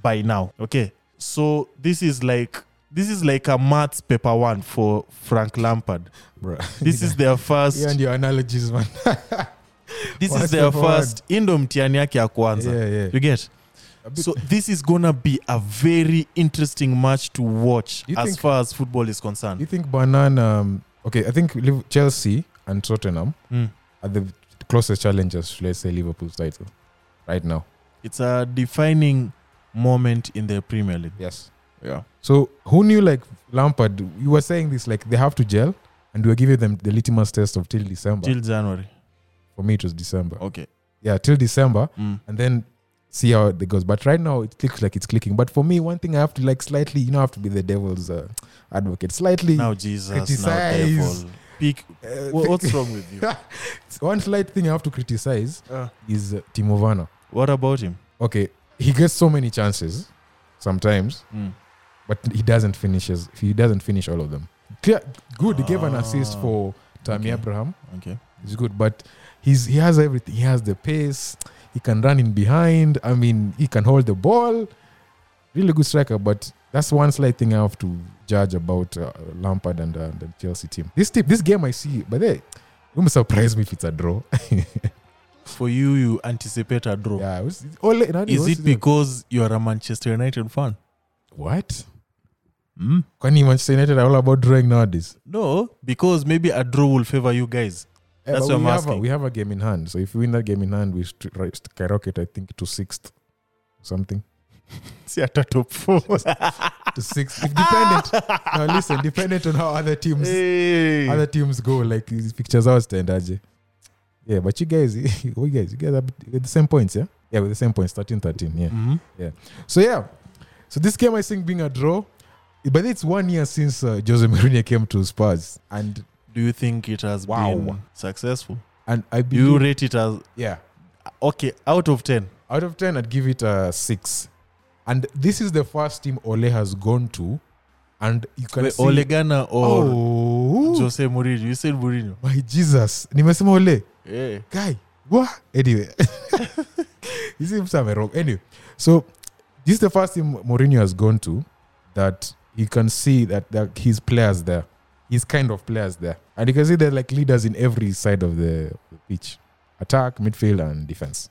[SPEAKER 3] by now. Okay. So this is like this is like a maths paper one for Frank Lampard.
[SPEAKER 4] bro.
[SPEAKER 3] This is their first
[SPEAKER 4] yeah, and your analogies, man.
[SPEAKER 3] this is
[SPEAKER 4] Maths
[SPEAKER 3] their
[SPEAKER 4] paper one.
[SPEAKER 3] first indo mtihani yake ya kwanza.
[SPEAKER 4] yeah, yeah.
[SPEAKER 3] You get?
[SPEAKER 4] A bit-
[SPEAKER 3] So this is gonna be a very interesting match to watch
[SPEAKER 4] You
[SPEAKER 3] as
[SPEAKER 4] think-
[SPEAKER 3] far as football is concerned.
[SPEAKER 4] you think Banan? Um, okay, I think Liv- Chelsea and Tottenham
[SPEAKER 3] Mm.
[SPEAKER 4] are the closest challengers. to, Let's say Liverpool's title right now.
[SPEAKER 3] It's a defining moment in the Premier League.
[SPEAKER 4] Yes.
[SPEAKER 3] Yeah.
[SPEAKER 4] So who knew like Lampard? You were saying this like they have to gel, and we're giving them the litmus test of till December.
[SPEAKER 3] Till January.
[SPEAKER 4] For me, it was December.
[SPEAKER 3] Okay.
[SPEAKER 4] Yeah, till December,
[SPEAKER 3] Mm.
[SPEAKER 4] and then see how it goes. But right now, it looks like it's clicking. But for me, one thing I have to like slightly, you know, I have to be the devil's uh, advocate. Slightly,
[SPEAKER 3] Now Jesus, now
[SPEAKER 4] Criticize.
[SPEAKER 3] devil. Pick,
[SPEAKER 4] uh,
[SPEAKER 3] wha- what's wrong with you?
[SPEAKER 4] one slight thing I have to criticize
[SPEAKER 3] Uh.
[SPEAKER 4] is uh, Timo Werner.
[SPEAKER 3] What about him?
[SPEAKER 4] Okay, he gets so many chances sometimes,
[SPEAKER 3] Mm.
[SPEAKER 4] but he doesn't finishes. He doesn't finish all of them. Clear, good. He gave an assist
[SPEAKER 3] Ah,
[SPEAKER 4] for Tammy
[SPEAKER 3] okay.
[SPEAKER 4] Abraham.
[SPEAKER 3] Okay.
[SPEAKER 4] It's good, but he's he has everything. He has the pace. He can run in behind. I mean, he can hold the ball. Really good striker, but that's one slight thing I have to judge about uh, Lampard and uh, the Chelsea team. This team, this game, I see, but they wouldn't surprise me if it's a draw.
[SPEAKER 3] For you, you anticipate a draw.
[SPEAKER 4] yeah, it was, it's all,
[SPEAKER 3] Oh. Is it because you are a Manchester United fan?
[SPEAKER 4] what?
[SPEAKER 3] Hmm?
[SPEAKER 4] Kwani Manchester United are all about drawing nowadays.
[SPEAKER 3] No, because maybe a draw will favor you guys.
[SPEAKER 4] Eh,
[SPEAKER 3] That's
[SPEAKER 4] but
[SPEAKER 3] what
[SPEAKER 4] we
[SPEAKER 3] I'm
[SPEAKER 4] have a,
[SPEAKER 3] asking.
[SPEAKER 4] we have a game in hand, so if we win that game in hand, we st- right- skyrocket, I think, to sixth, something.
[SPEAKER 3] See, at a top four.
[SPEAKER 4] to six. If dependent. now listen, dependent on how other teams
[SPEAKER 3] Hey.
[SPEAKER 4] other teams go. Like these pictures out standard. Yeah, but you guys, what you guys, you guys are with the same points, yeah? Yeah,
[SPEAKER 3] Mm.
[SPEAKER 4] with the same points, 13 13. Yeah.
[SPEAKER 3] Mhm.
[SPEAKER 4] So yeah. So this game I think being a draw. But it's one year since uh, Jose Mourinho came to Spurs, and
[SPEAKER 3] Do you think it has
[SPEAKER 4] Wow.
[SPEAKER 3] been successful?
[SPEAKER 4] and I
[SPEAKER 3] Do you
[SPEAKER 4] believe,
[SPEAKER 3] rate it as
[SPEAKER 4] yeah,
[SPEAKER 3] okay out of ten?
[SPEAKER 4] out of ten, I'd give it a six. And this is the first team Ole has gone to, and you can
[SPEAKER 3] Wait,
[SPEAKER 4] see
[SPEAKER 3] Ole Gunnar or
[SPEAKER 4] oh,
[SPEAKER 3] Jose Mourinho? You said Mourinho.
[SPEAKER 4] my Jesus, nimesema Ole
[SPEAKER 3] Yeah.
[SPEAKER 4] guy what anyway this is something wrong anyway so this is the first team Mourinho has gone to that you can see that, that his players there his kind of players there and you can see they're like leaders in every side of the pitch attack midfield and defense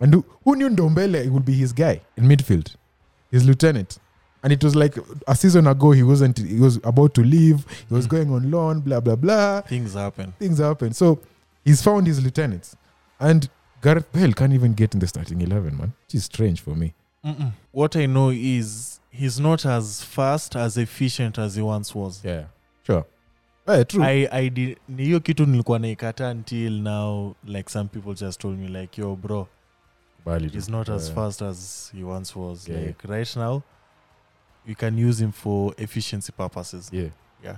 [SPEAKER 4] and who, who knew Ndombele would be his guy in midfield his lieutenant and it was like a season ago he wasn't he was about to leave he was going on loan blah blah blah
[SPEAKER 3] Things happen.
[SPEAKER 4] things happen. So he's found his lieutenants. And Gareth Bale can't even get in the starting 11, man. Which is strange for me.
[SPEAKER 3] Mm-mm. What I know is he's not as fast as efficient as he once was.
[SPEAKER 4] Yeah. Sure. Yeah, true.
[SPEAKER 3] I, I did, ni hiyo kitu nilikuwa naikataa until now like some people just told me like yo bro
[SPEAKER 4] Bali
[SPEAKER 3] he's
[SPEAKER 4] too.
[SPEAKER 3] not as
[SPEAKER 4] Yeah.
[SPEAKER 3] fast as he once was
[SPEAKER 4] Yeah.
[SPEAKER 3] like right now you can use him for efficiency purposes
[SPEAKER 4] Yeah.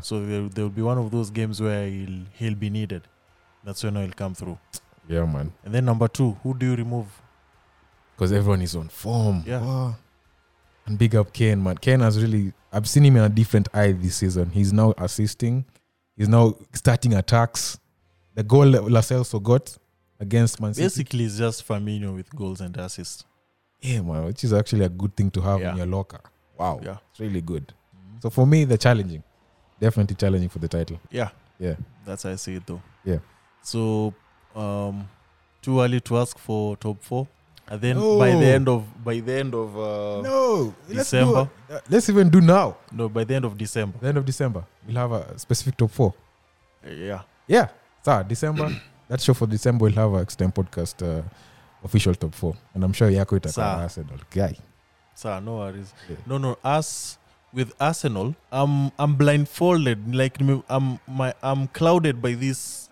[SPEAKER 3] so there, there will be one of those games where he'll, he'll be needed that's when he'll come through
[SPEAKER 4] Yeah, man.
[SPEAKER 3] and then number two who do you remove
[SPEAKER 4] Because everyone is on form.
[SPEAKER 3] Yeah.
[SPEAKER 4] Wow. And big up Kane, man. Kane has really, I've seen him in a different eye this season. He's now assisting, he's now starting attacks. The goal that Lascelles got against Man City.
[SPEAKER 3] basically it's just Firmino with goals and assists
[SPEAKER 4] Yeah, Eh, man, which is actually a good thing to have
[SPEAKER 3] Yeah.
[SPEAKER 4] in your locker. Wow.
[SPEAKER 3] Yeah.
[SPEAKER 4] It's really good. So for me, they're challenging. Definitely challenging for the title.
[SPEAKER 3] Yeah.
[SPEAKER 4] Yeah.
[SPEAKER 3] That's how I see it though.
[SPEAKER 4] Yeah.
[SPEAKER 3] So um too early to ask for top four. And then by
[SPEAKER 4] No.
[SPEAKER 3] the end of by the end of uh no,
[SPEAKER 4] No,
[SPEAKER 3] let's do- December.
[SPEAKER 4] uh, let's even do now.
[SPEAKER 3] by the end of December.
[SPEAKER 4] The end of December, we'll have a specific top four.
[SPEAKER 3] Yeah.
[SPEAKER 4] Yeah. So December, that show for December, we'll have a extend podcast uh, official top four. And I'm sure Yako itakuwa
[SPEAKER 3] Sawa.
[SPEAKER 4] Arsenal guy.
[SPEAKER 3] So no worries.
[SPEAKER 4] Yeah.
[SPEAKER 3] No no us with Arsenal, I'm I'm blindfolded. Like nime- I'm my I'm clouded by this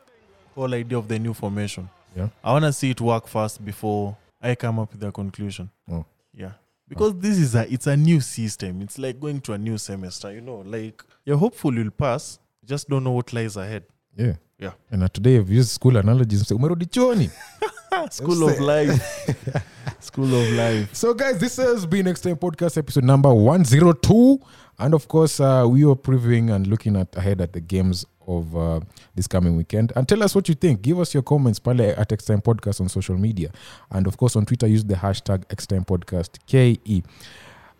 [SPEAKER 3] whole idea of the new formation.
[SPEAKER 4] Yeah.
[SPEAKER 3] I wanna see it work first before I come up with a conclusion.
[SPEAKER 4] Oh.
[SPEAKER 3] Yeah. Because this is a it's a new system. It's like going to a new semester, you know. Like you're hopeful you'll pass, you just don't know what lies ahead.
[SPEAKER 4] Yeah.
[SPEAKER 3] Yeah.
[SPEAKER 4] And uh, today I've used school analogies. Umerudi chuoni.
[SPEAKER 3] School of life. School of life.
[SPEAKER 4] So, guys, this has been Extreme Podcast episode number 102. And of course, uh, we are previewing and looking at ahead at the games of uh, this coming weekend. And tell us what you think. Give us your comments pale at Extreme Podcast on social media. And of course, on Twitter, use the hashtag Extreme Podcast KE.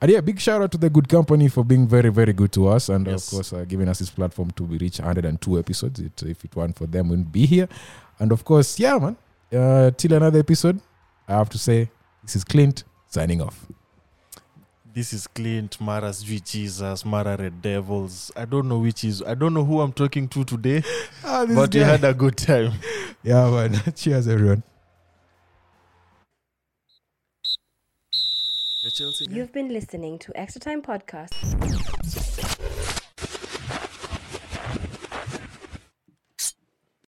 [SPEAKER 4] And yeah, big shout out to the good company for being very, very good to us. And
[SPEAKER 3] Yes.
[SPEAKER 4] of course, uh, giving us this platform to be reach 102 episodes. It, if it weren't for them, we wouldn't be here. And of course, yeah, man. Uh, till another episode, I have to say, this is Clint signing off.
[SPEAKER 3] This is Clint, Mara's G Jesus, Mara Red Devils. I don't know which is I don't know who I'm talking to today, but we had a good time.
[SPEAKER 4] yeah, man. Cheers, everyone.
[SPEAKER 5] You've been listening to Extra Time Podcast.